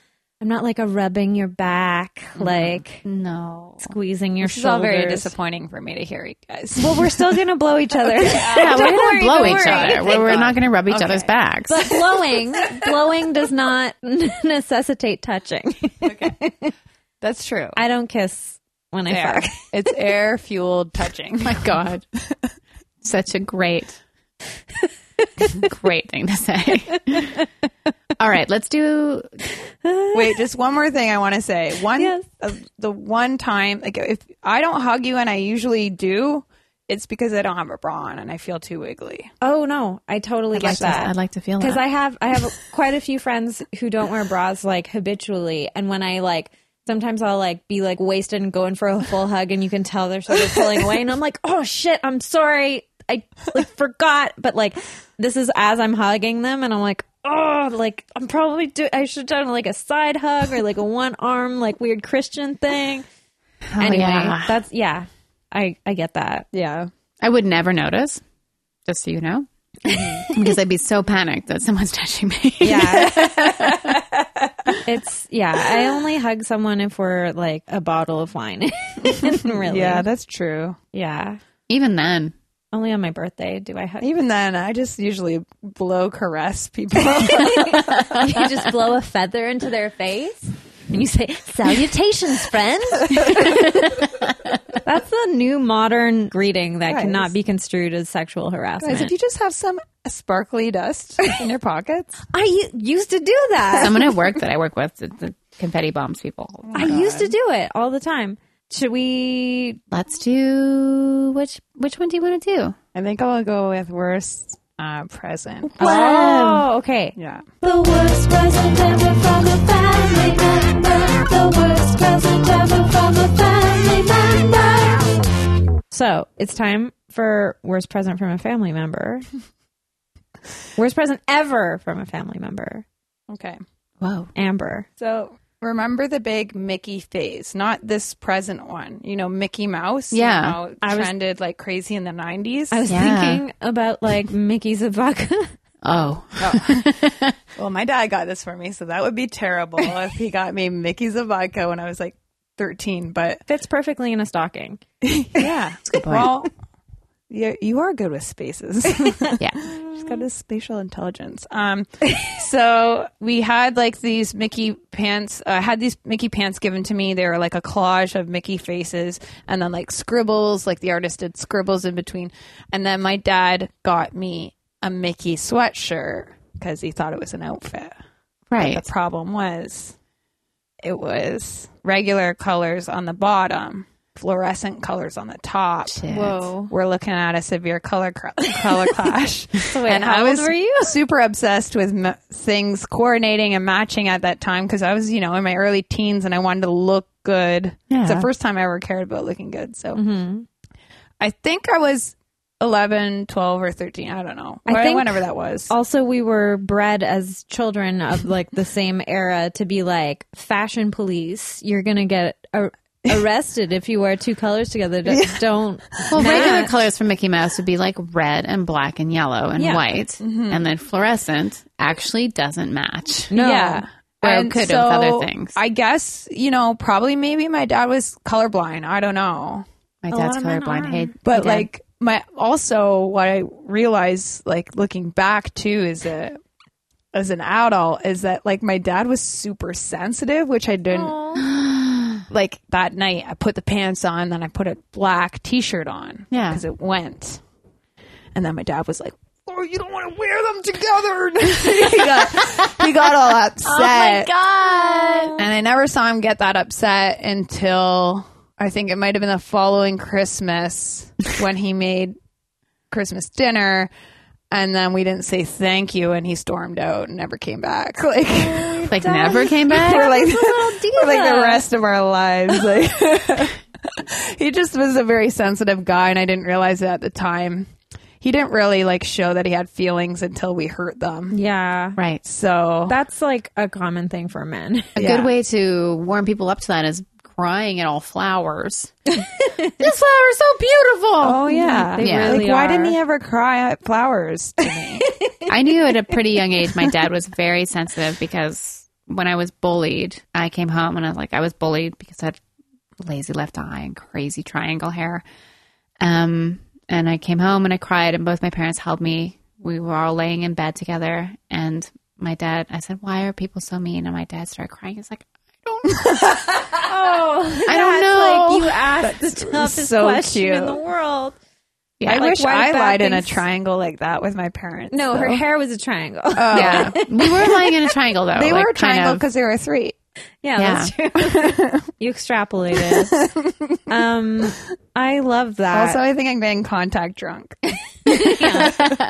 S2: I'm not like a rubbing your back, like
S1: No.
S2: squeezing your
S3: This is
S2: shoulders.
S3: all very disappointing for me to hear, you guys.
S2: Well, we're still going to blow each other.
S1: Yeah, we're
S2: [laughs] Don't
S1: going
S2: worry,
S1: to blow
S2: don't
S1: each
S2: worry. [laughs]
S1: other. We're, we're not going to rub each other's backs.
S2: But blowing, blowing does not [laughs] necessitate touching.
S3: That's true.
S2: I don't kiss when I
S3: Air.
S2: fuck.
S3: it's air fueled [laughs]
S1: [laughs]
S3: touching.
S1: my God. Such a great, great thing to [laughs] say. All right, let's do.
S3: Wait, just one more thing I want to say. One,
S2: Yes.
S3: uh, the one time, like if I don't hug you, and I usually do, it's because I don't have a bra on and I feel too wiggly.
S2: Oh no, I totally
S1: I'd
S2: get
S1: like, to,
S2: that.
S1: I'd like to feel
S2: because
S1: that.
S2: I have I have [laughs] quite a few friends who don't wear bras like habitually, and when I like sometimes I'll like be like wasted and going for a full hug, and you can tell
S1: [laughs]
S2: they're sort of pulling away, and I'm like, oh shit, I'm sorry, I like forgot, but like this is as I'm hugging them, and I'm like. Oh, like I'm probably do. I should have done like a side hug or like a one arm, like weird Christian thing. anyway,
S1: yeah.
S2: that's yeah. I I get that.
S3: Yeah.
S1: I would never notice, just so you know, because I'd be so panicked that someone's [laughs] touching me.
S2: Yeah. [laughs] it's yeah. I only hug someone if we're like a bottle of wine. [laughs] really?
S3: Yeah, that's true.
S2: Yeah.
S1: Even then,
S2: Only on my birthday do I hug.
S3: Even then, I just usually blow caress [laughs]
S2: [laughs]
S3: people.
S2: you just blow a feather into their face and you say salutations, friend. [laughs] That's the new modern greeting that
S3: Guys.
S2: cannot be construed as sexual harassment.
S3: Guys, if you just have some sparkly dust in your pockets,
S2: I u- used to do that.
S1: someone at work that I work with, the, the confetti bombs people.
S2: I used to do it all the time. Should we?
S1: Let's do which which one do you want to do?
S3: I think I'll go with worst uh, present.
S2: Wow. Oh, okay.
S3: Yeah.
S5: The worst present ever from a family member. The worst present ever from a family member.
S2: So it's time for worst present from a family [laughs] member. worst present ever from a family member.
S3: Okay.
S1: Whoa,
S2: Amber.
S3: So remember the big Mickey phase, not this present one. You know, Mickey Mouse.
S1: Yeah.
S3: You know,
S2: I was-
S3: trended like crazy in the 90s.
S2: I was
S1: Yeah.
S2: thinking about like Mickey's vodka.
S1: oh,
S3: Well, my dad got this for me, so that would
S2: [laughs]
S3: be terrible if he got me Mickey's of vodka when I was like 13. But
S2: [laughs] Fits perfectly in a stocking.
S3: yeah,
S1: point.
S3: well, you you are good with
S2: [laughs]
S3: spaces.
S1: [laughs] yeah,
S3: She's got this spatial intelligence. Um, [laughs] so we had like these Mickey pants. I had these Mickey pants given to me. They were like a collage of Mickey faces, and then like scribbles. Like the artist did scribbles in between, and then my dad got me a Mickey sweatshirt because he thought it was an outfit.
S1: right.
S3: But the problem was it was regular colors on the bottom, fluorescent colors on the top.
S1: Shit.
S3: We're looking at a severe color cr-
S2: [laughs]
S3: color clash.
S2: So wait, how old were you?
S3: super obsessed with m- things coordinating and matching at that time because I was, you know, in my early teens and I wanted to look good. It's
S1: Yeah.
S2: Mm-hmm.
S3: the first time I ever cared about looking good. So I think I was 11, 12, or 13. I don't know.
S2: I
S3: Or
S2: think-
S3: whenever that was.
S2: Also, we were bred as children of like the same era to be like fashion police. You're gonna get ar- arrested if you wear two colors together. Don't- Don't.
S1: Well,
S2: match.
S1: regular colors for Mickey Mouse would be like red and black and yellow and
S2: Yeah. Mm-hmm.
S1: white, and then fluorescent actually doesn't match.
S2: No.
S3: Yeah.
S1: Or could have other things.
S3: I guess, you know, probably maybe my dad was colorblind. I don't know.
S1: My
S2: A
S1: dad's
S2: lot of men
S1: colorblind.
S2: are.
S1: Hey, hey,
S3: But
S1: Dad.
S3: like my also what I realized like looking back too is that as an adult is that like my dad was super sensitive, which I didn't [gasps] like that night I put the pants on, then I put a black t shirt on.
S1: Yeah.
S3: Because it went. And then my dad was like, Oh, you don't want to wear them together. he, got, he got all upset.
S1: God.
S3: And I never saw him get that upset until I think it might have been the following Christmas when he made Christmas dinner. And then we didn't say thank you, and he stormed out and never came back. [laughs] Like,
S1: Like never
S3: [laughs]
S1: came back.
S3: for like, for like the rest of our lives. Like, he just was a very sensitive guy, and I didn't realize it at the time. He didn't really like show that he had feelings until we hurt them.
S2: Yeah.
S1: right.
S3: So
S2: That's like a common thing for men.
S1: A
S3: Yeah.
S1: good way to warm people up to that is crying at all
S3: [laughs]
S1: flowers. this flower is so beautiful.
S3: Oh yeah,
S2: They
S1: Yeah.
S2: really
S3: like, why
S2: are.
S3: didn't he ever cry at [laughs] flowers? to me?
S1: I knew at a pretty young age my dad was very sensitive because when I was bullied, I came home and I was like, I was bullied because I had lazy left eye and crazy triangle hair. Um, and I came home and I cried, and both my parents held me. We were all laying in bed together, and my dad. I said, "Why are people so mean?" And my dad started crying. He's like,
S2: [laughs] Oh,
S1: I don't know.
S2: Like you asked the toughest
S3: so
S2: question
S3: cute.
S2: in the world.
S1: Yeah.
S3: I
S2: Like,
S3: wish
S2: why
S3: I
S2: did bad
S3: lied in a
S2: things-
S3: triangle like that with my parents.
S2: No, her
S3: though.
S2: hair was a triangle.
S1: "Yeah, we were lying in a triangle though.
S3: [laughs] they
S1: like,
S3: were a
S1: kind
S3: triangle
S1: of-
S3: because they were three.
S2: [laughs] Yeah, that's true. you extrapolated. um, I love that.
S3: Also, I think I'm getting contact [laughs] drunk.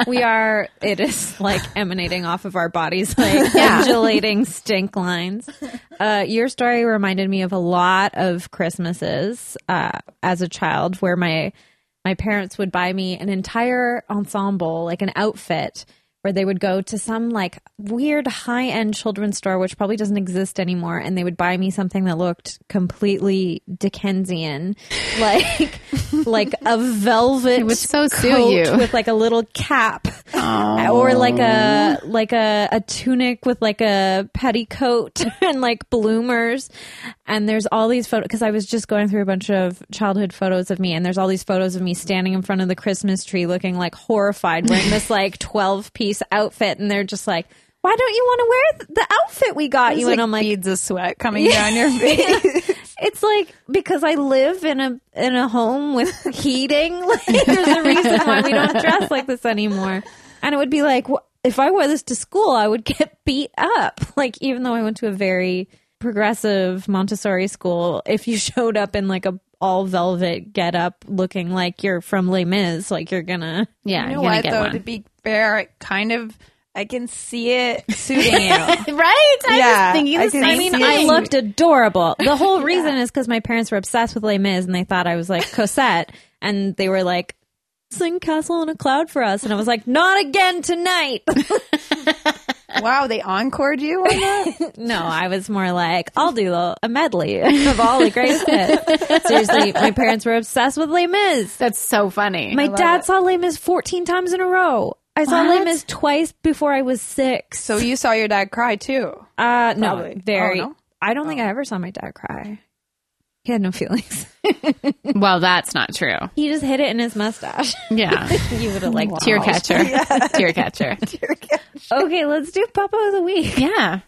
S2: we are. It is like emanating off of our bodies,
S1: [laughs]
S2: like undulating stink lines. Uh, your story reminded me of a lot of Christmases uh, as a child, where my my parents would buy me an entire ensemble, like an outfit. Where they would go to some like weird high end children's store, which probably doesn't exist anymore, and they would buy me something that looked completely Dickensian, [laughs] like like a velvet. It
S1: would so suit you.
S2: with like a little cap or like a like a, a tunic with like a petticoat [laughs] and like bloomers and there's all these photos because i was just going through a bunch of childhood photos of me and there's all these photos of me standing in front of the christmas tree looking like horrified wearing this like 12 piece outfit and they're just like why don't you want to wear th- the outfit we got you?
S3: It's
S2: and I'm like,
S3: beads of sweat coming down [laughs] your face.
S2: it's like because I live in a in a home with [laughs] heating. Like, there's a reason why we don't dress like this anymore. And it would be like wh- if I wore this to school, I would get [laughs] beat up. Like even though I went to a very progressive Montessori school, if you [laughs] showed up in like a all velvet get up looking like you're from Les Mis, like you're gonna
S1: yeah. are
S3: you know
S1: gonna
S3: what,
S1: get
S3: though,
S1: one.
S3: to be fair, it kind of I can see [laughs] it suiting you.
S1: right? I
S3: Yeah,
S1: was thinking
S3: I
S1: the
S3: can
S1: same
S3: see
S1: thing.
S3: it.
S2: I looked adorable. The whole reason is because my parents were obsessed with Les Mis and they thought I was like Cosette, and they were like, "Sing Castle in a Cloud for us," and I was like, "Not again tonight." [laughs]
S3: wow, they encored [laughs] you on that?
S2: no, I was more like, "I'll do a, a medley of all the greatest
S3: [laughs]
S2: hits." Seriously, my parents were obsessed with Les Mis.
S1: That's so funny.
S2: My dad saw Les Mis fourteen times in a row. I saw Les
S1: What?
S2: Mis twice before I was six.
S3: So you saw your dad cry too.
S2: Uh, no,
S3: Probably.
S2: very.
S3: Oh, no?
S2: I don't think I ever saw my dad cry. He had no [laughs] feelings.
S1: well, that's not true.
S2: He just hid it in his [laughs] mustache.
S3: [laughs]
S1: Yeah.
S2: you would have liked
S1: Tear catcher. Tear catcher.
S2: Okay, let's do Papa of the [laughs] Week.
S1: Yeah.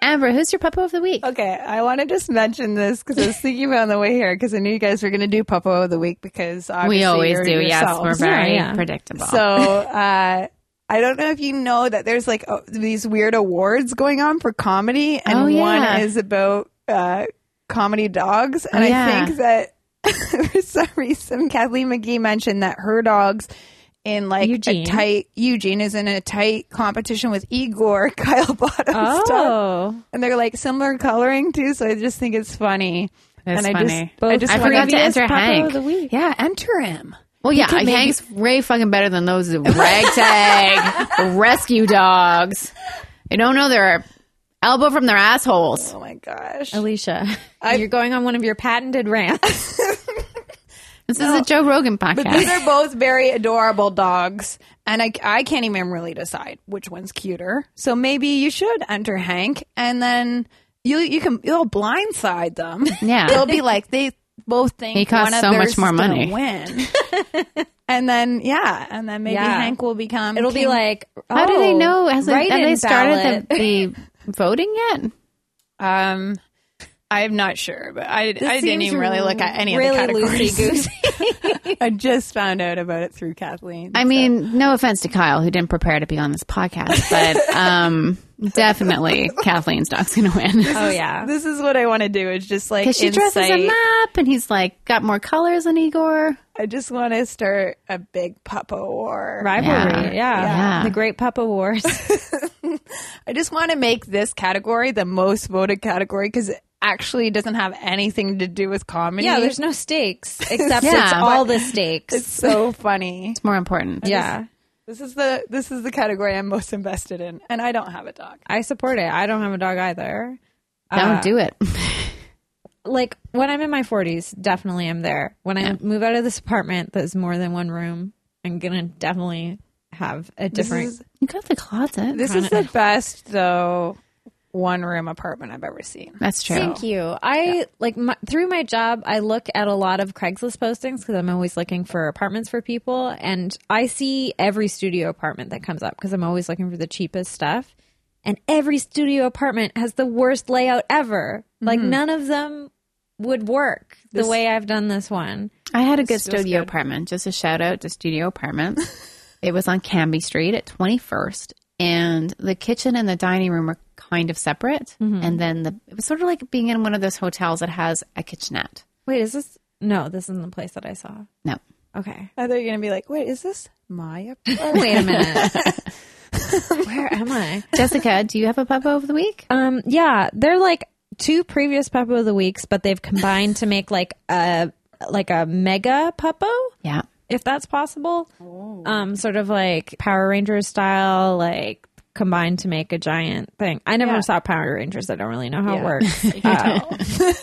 S1: Amber, who's your puppo of the week?
S3: Okay, I want to just mention this because I was thinking about it on the way here because I knew you guys were going to do Popo of the Week because obviously
S1: we always
S3: you're
S1: do. Yes, we're
S3: yourselves.
S1: very
S2: Yeah, yeah.
S1: predictable.
S3: So uh, I don't know if you know that there's like uh, these weird awards going on for comedy, and
S1: Oh, yeah. Oh,
S3: one is about uh, comedy dogs, and
S1: yeah.
S3: I think that [laughs] for some reason Kathleen McGee mentioned that her dogs. In like
S2: Eugene.
S3: a tight, Eugene is in a tight competition with Igor, [laughs]
S1: Oh.
S2: Oh.
S3: Kyle Bottom's dog, and they're like similar coloring too. So I just think it's funny.
S1: That's
S3: and I
S1: funny.
S3: just, I just
S1: I
S3: wanna
S1: forgot
S3: be
S1: to
S3: his
S1: enter
S3: Papa
S1: Hank.
S3: Of the week.
S1: Yeah,
S3: enter him.
S1: Well, yeah, Hank's way fucking better than those ragtag
S3: [laughs]
S1: rescue dogs. They don't know their elbow from their assholes.
S3: Oh my gosh.
S2: Alicia, you're going on one of your patented rants.
S1: This is a Joe Rogan podcast.
S3: But these are both very adorable dogs, and I, I can't even really decide which one's cuter. So maybe you should enter Hank, and then you you can you'll blindside them.
S1: Yeah.
S3: they'll be like they both think
S1: He costs
S3: one of
S1: so much
S3: theirs
S1: more
S3: is gonna
S1: money.
S3: Win, and then yeah, and then maybe
S2: Yeah.
S3: Hank will
S2: [laughs]
S3: become.
S2: It'll be [laughs]
S3: king.
S2: like,
S1: How do they
S2: oh,
S1: know? Has they, have
S2: write-in
S1: they started
S2: [laughs] ballot.
S1: the, the voting yet?
S3: um. I'm not sure, but I, I didn't
S2: seems
S3: even really look at any
S2: really
S3: of the
S2: [laughs]
S3: categories.
S2: loosey-goosey.
S3: I just found out about it through Kathleen.
S1: I mean, no offense to Kyle, who didn't prepare to be on this podcast, but um, definitely Kathleen's dog's going to [laughs] win.
S2: Oh yeah, [laughs]
S3: this is what I want to do. Is just like
S1: Because she dresses him
S3: incite-
S1: up and he's like got more colors than Igor.
S3: I just want to start a big puppa war.
S2: rivalry. Yeah.
S1: Yeah.
S2: the Great Papa Wars.
S3: I just want to make this category the most voted category because it actually doesn't have anything to do with
S2: [laughs]
S3: comedy.
S2: yeah, there's no stakes except
S1: Yeah.
S2: it's all the stakes.
S3: it's so funny.
S1: It's more important.
S2: yeah,
S3: This is the this is the category I'm most invested in, and I don't have a dog.
S2: I support it. I don't have a dog either.
S1: Don't do it. [laughs]
S2: Like when I'm in my 40s, definitely I'm there. When I move out of this apartment that's more than one room, I'm gonna definitely have a different.
S3: is-
S1: You got the closet.
S3: This is [laughs] the best though one room apartment I've ever seen.
S1: That's true.
S2: Thank you. I like my, through my job, I look at a lot of Craigslist postings because I'm always looking for apartments for people, and I see every studio apartment that comes up because I'm always looking for the cheapest stuff. And every studio apartment has the worst layout ever. Like none of them would work the way I've done this one.
S1: I had a good studio apartment. Just a shout out to Studio Apartment. it was on Canby Street at 21st, and the kitchen and the dining room were kind of separate. And then the, it was sort of like being in one of those hotels that has a kitchenette.
S2: Wait, is this? No, this isn't the place that I saw.
S1: No,
S2: Okay.
S3: I thought you were gonna be like, wait, is this my
S2: [laughs]
S3: apartment?
S2: Wait a minute.
S3: [laughs]
S2: Where am I?
S1: Jessica, do you have a puppo of the week?
S2: Um, yeah, they're like two previous Puppo of the Weeks, but they've combined to make like a like a mega Puppo,
S1: Yeah,
S2: if that's possible. Um, sort of like Power Rangers style, like combined to make a giant thing. I never saw Power Rangers. I don't really know how it works. Uh,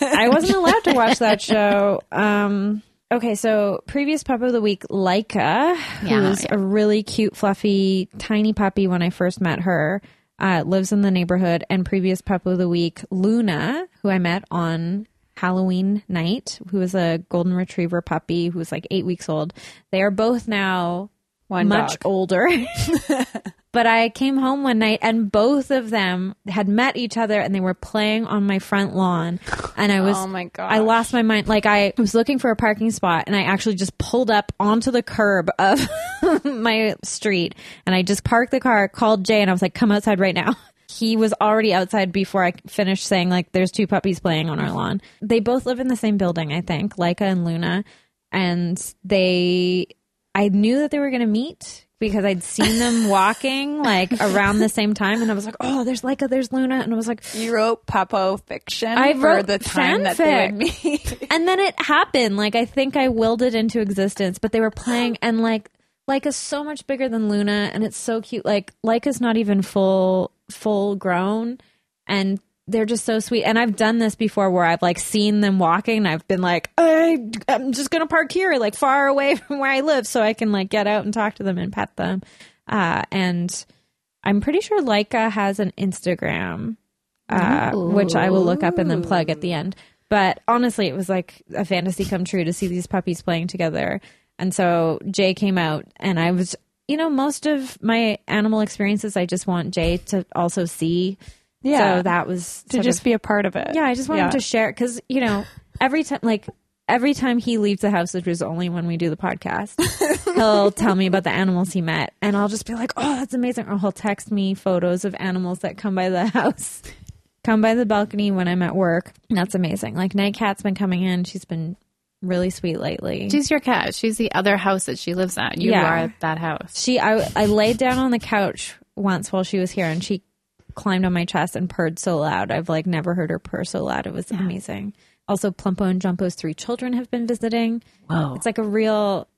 S2: [laughs] I wasn't allowed to watch that show. Um, okay, so previous Puppo of the Week, Laika, who's
S1: yeah.
S2: a really cute, fluffy, tiny puppy when I first met her, uh, lives in the neighborhood. And previous Puppo of the Week, Luna, who I met on Halloween night, who was a golden retriever puppy who was like eight weeks old. They are both now
S3: One
S2: much
S3: dog. [laughs]
S2: older. but I came home one night and both of them had met each other and they were playing on my front lawn. And I was,
S3: Oh my gosh.
S2: I lost my mind. Like I was looking for a parking spot and I actually just pulled up onto the curb of [laughs] my street and I just parked the car, called Jay, and I was like, come outside right now. [laughs] He was already outside before I finished saying, like, there's two puppies playing on our lawn. They both live in the same building, I think, Leica and Luna. And they I knew that they were going to meet because I'd seen them walking like around the same time, and I was like, "Oh, there's Leica, there's Luna," and I was like,
S3: [laughs] You wrote puppo fiction
S2: I
S3: for
S2: wrote
S3: the time that they would meet.
S2: and then it happened. Like I think I willed it into existence, but they were playing and like Leica's so much bigger than Luna and it's so cute. Like Leica's not even full full grown and they're just so sweet. And I've done this before where I've like seen them walking and I've been like, I, I'm just going to park here, like far away [laughs] from where I live so I can like get out and talk to them and pet them. Uh, and I'm pretty sure Leica has an Instagram uh, which I will look up and then plug at the end. But honestly, it was like a fantasy come true to see these puppies playing together. And so Jay came out, and I was, you know, most of my animal experiences, I just want Jay to also see.
S3: Yeah.
S2: So that was
S3: [laughs] to
S2: sort
S3: just
S2: of-
S3: be a part of it.
S2: yeah, I just wanted to share because you know every time like every time he leaves the house, which is only when we do the podcast, he'll tell me about the animals he met, and I'll just be like, "Oh, that's amazing!" Or he'll text me photos of animals that come by the house, [laughs] come by the balcony when I'm at work. And that's amazing. Like Nightcat's been coming in; she's been really sweet lately.
S1: she's your cat. She's the other house that she lives at. You
S2: Yeah.
S1: are that house.
S2: She, I, I laid down on the couch once while she was here, and she climbed on my chest and purred so loud. I've like never heard her purr so loud. It was amazing. Also, Plumpo and Jumpo's three children have been visiting.
S1: Whoa.
S2: It's like a real,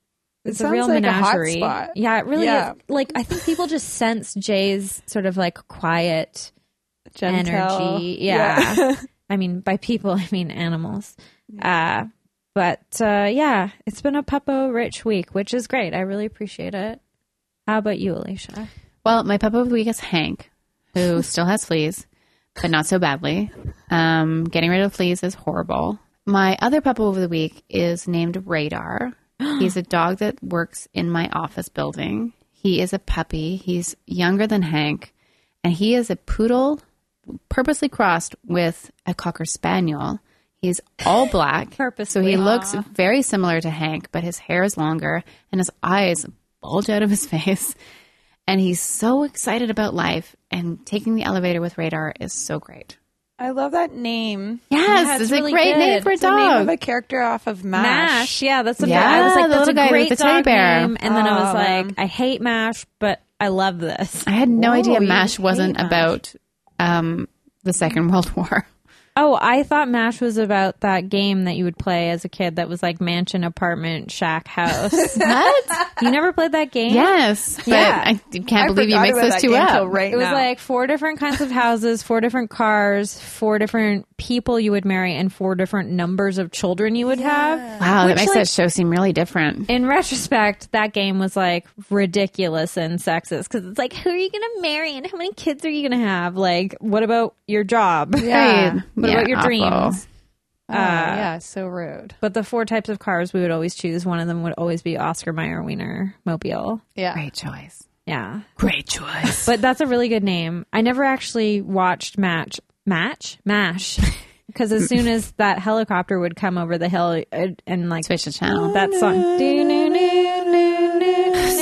S2: it's a
S3: sounds
S2: real
S3: like a hot
S2: menagerie.
S3: spot.
S2: Yeah, it really
S3: Yeah.
S2: is. Like, I think people just sense Jay's sort of like quiet
S3: Gentle.
S2: [laughs] energy. Yeah. I mean, by people, [laughs] I mean animals. Uh, but uh, yeah, it's been a Puppo rich week, which is great. I really appreciate it. How about you, Alicia?
S1: Well, my pup of the week is Hank, who still has fleas, but not so badly. Um, getting rid of fleas is horrible. My other pup of the week is named Radar. He's a dog that works in my office building. He is a puppy. He's younger than Hank, and he is a poodle purposely crossed with a cocker spaniel. He's all black. So
S2: Purposely.
S1: he looks very similar to Hank, but his hair is longer and his eyes bulge out of his [laughs] face. And he's so excited about life, and taking the elevator with radar is so great.
S3: I love that name.
S1: Yes,
S2: it's
S1: it's,
S2: really
S1: a great
S2: good.
S1: name for a
S2: It's
S3: The name of
S1: dog.
S3: a character off of Mash.
S2: Mash, yeah, that's something I
S1: Yeah,
S2: was like,
S1: the
S2: that's a
S1: little guy with
S2: great
S1: the teddy
S2: dog
S1: bear.
S2: name. And then I was
S3: Oh,
S2: like,
S3: man.
S2: I hate Mash, but I love [laughs] this.
S1: I had no
S2: Whoa,
S1: idea
S2: you
S1: MASH
S2: hate
S1: wasn't
S2: Mash.
S1: about um, the Second [laughs] World War.
S2: Oh, I thought Mash was about that game that you would play as a kid that was like mansion, apartment, shack,
S1: [laughs]
S2: house.
S1: What?
S2: you never played that game?
S1: yes. [laughs] But
S2: Yeah.
S1: I can't believe you
S3: forgot
S1: mix
S3: about
S1: those
S3: that
S1: two
S3: game
S1: up.
S3: till Right
S2: It was
S3: now.
S2: like four different kinds of houses, four different cars, four different people you would marry, and four different numbers of children you would have.
S1: Wow,
S2: Which,
S1: that makes
S2: like,
S1: that show seem really different.
S2: In retrospect, that game was like ridiculous and sexist because it's like, who are you going to marry and how many kids are you going to have? Like, what about your job?
S1: Right.
S2: [laughs] What
S1: Yeah,
S2: about your
S1: awful.
S2: dreams?
S3: Oh, yeah, so rude.
S2: But the four types of cars we would always choose, one of them would always be Oscar Mayer Wiener Mobile.
S3: Yeah.
S1: Great choice.
S2: Yeah.
S1: Great choice.
S2: But that's a really good name. I never actually watched Match Match
S1: [laughs]
S2: Mash because as soon as that helicopter would come over the hill it, and like
S1: Switch the channel.
S2: that song,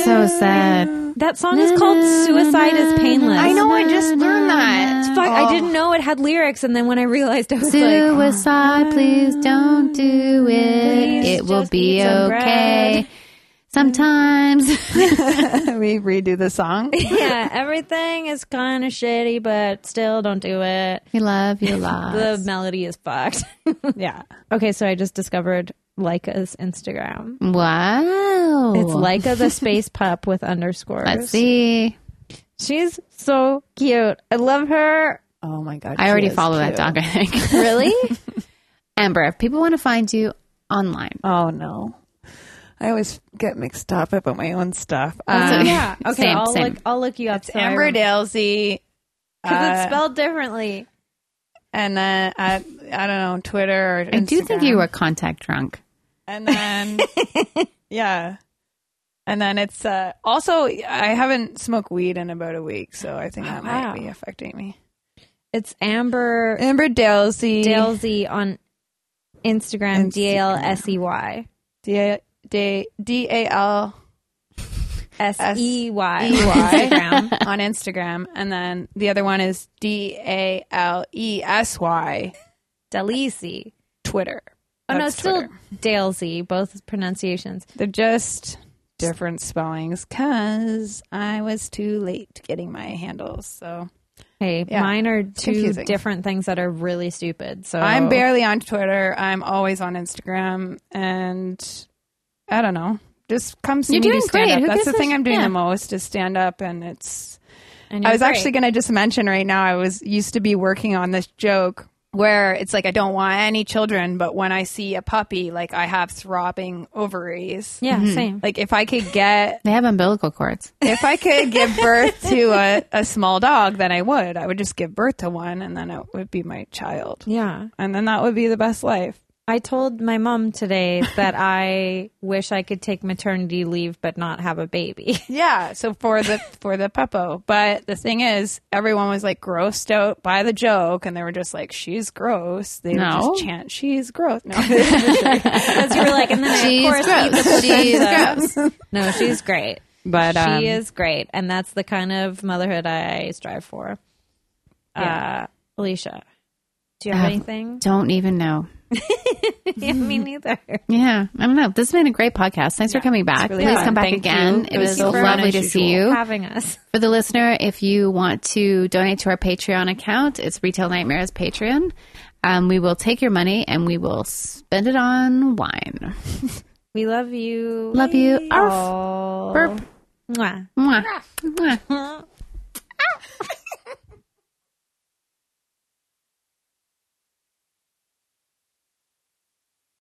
S1: so sad.
S2: that song is called "Suicide Is Painless."
S1: I know, Oh. I just learned that.
S2: Fuck, I didn't know it had lyrics, and then when I realized, I
S1: [laughs]
S2: was like,
S1: Suicide, please don't do it.
S2: Please
S1: it will
S2: just
S1: be
S2: eat some
S1: okay. Sometimes. [laughs]
S3: we redo the song.
S2: "Yeah, everything is kind of shitty, but still, don't do it."
S1: we love you, love.
S2: The melody is fucked. [laughs]
S3: yeah.
S2: okay, so I just discovered Leica's Instagram.
S1: wow.
S2: It's Leica
S3: [laughs]
S2: the space pup with underscores.
S1: Let's see.
S2: She's so cute. I love her.
S3: [laughs] Oh my god.
S1: I already follow that dog, I think. [laughs]
S3: [laughs]
S2: Really? [laughs]
S1: Amber, if people want to find you online,
S3: Oh no. I always get mixed up about my own stuff.
S1: That's
S3: Um,
S1: okay. [laughs]
S2: Uh, yeah. Okay.
S1: Same,
S2: I'll
S1: same.
S2: look. I'll look you up. It's
S3: Amber Dalsey.
S2: because it's
S3: uh,
S2: spelled differently.
S3: and then at, I don't know Twitter. Or
S1: I do think
S3: Instagram.
S1: you were contact drunk. [laughs]
S3: And then yeah, and then it's uh, also I haven't smoked weed in about a week, so I think that
S1: Oh,
S2: wow.
S3: might be affecting me.
S2: It's Amber
S3: Amber Dalsey.
S2: Dalsey on Instagram.
S3: Instagram.
S2: D a l s e y
S3: D A D D A L
S2: s e y [laughs]
S3: E Y.
S2: Instagram.
S3: on Instagram, and then the other one is D A L E S Y
S2: Dalisi.
S3: Twitter.
S2: Oh no,
S3: That's
S2: it's still
S3: Twitter.
S2: Dalsey. Both pronunciations.
S3: they're just different spellings because I was too late getting my handles. So
S2: Hey,
S3: Yeah.
S2: mine are two
S3: confusing.
S2: different things that are really stupid. So
S1: Oh.
S3: I'm barely on Twitter. I'm always on Instagram, and I don't know. Just come see
S1: You're
S3: me
S1: doing
S3: do stand
S1: great.
S3: up.
S1: Who
S3: That's
S1: gives
S3: the
S1: a
S3: thing
S1: sh-
S3: I'm doing
S1: yeah.
S3: the most is stand up, and it's
S2: And
S3: I
S2: you're
S3: was
S2: great.
S3: actually going to just mention right now, I was used to be working on this joke where it's like, I don't want any children, but when I see a puppy, like I have throbbing ovaries.
S2: yeah same.
S3: Mm-hmm. Like if I could get,
S1: They have umbilical cords.
S3: if I could give birth to a, a small dog, then I would. I would just give birth to one and then it would be my child.
S2: Yeah.
S3: And then that would be the best life.
S2: I told my mom today that I wish I could take maternity leave but not have a baby. [laughs]
S3: Yeah, so for the for the puppo. But the thing is, everyone was like grossed out by the joke and they were just like, She's gross. They would
S1: No.
S3: just chant, She's gross. No.
S2: Because you were like, and then I,
S1: She's
S2: of course eat the
S1: gross. She's
S2: placenta. No, she's great.
S3: But um,
S2: she is great, and that's the kind of motherhood I strive for. Uh, Alicia, do you have
S1: Um,
S2: anything? [laughs]
S1: Don't even know.
S2: yeah, me neither.
S1: Yeah, I don't know. This has been a great podcast. Thanks for coming back.
S3: really
S1: Please
S3: fun.
S1: come back
S3: Thank
S1: again.
S3: you.
S1: It,
S3: It
S1: was
S3: was
S1: so
S3: super
S1: lovely
S3: fun
S1: to
S3: as
S1: see
S3: usual.
S1: you.
S2: Having us.
S1: For the listener, if you want to donate to our Patreon account, it's Retail Nightmares Patreon. Um, we will take your money and we will spend it on wine.
S2: We love you.
S1: Love you. Arf.
S2: All.
S1: Burp.
S2: Mwah.
S1: Mwah. Mwah.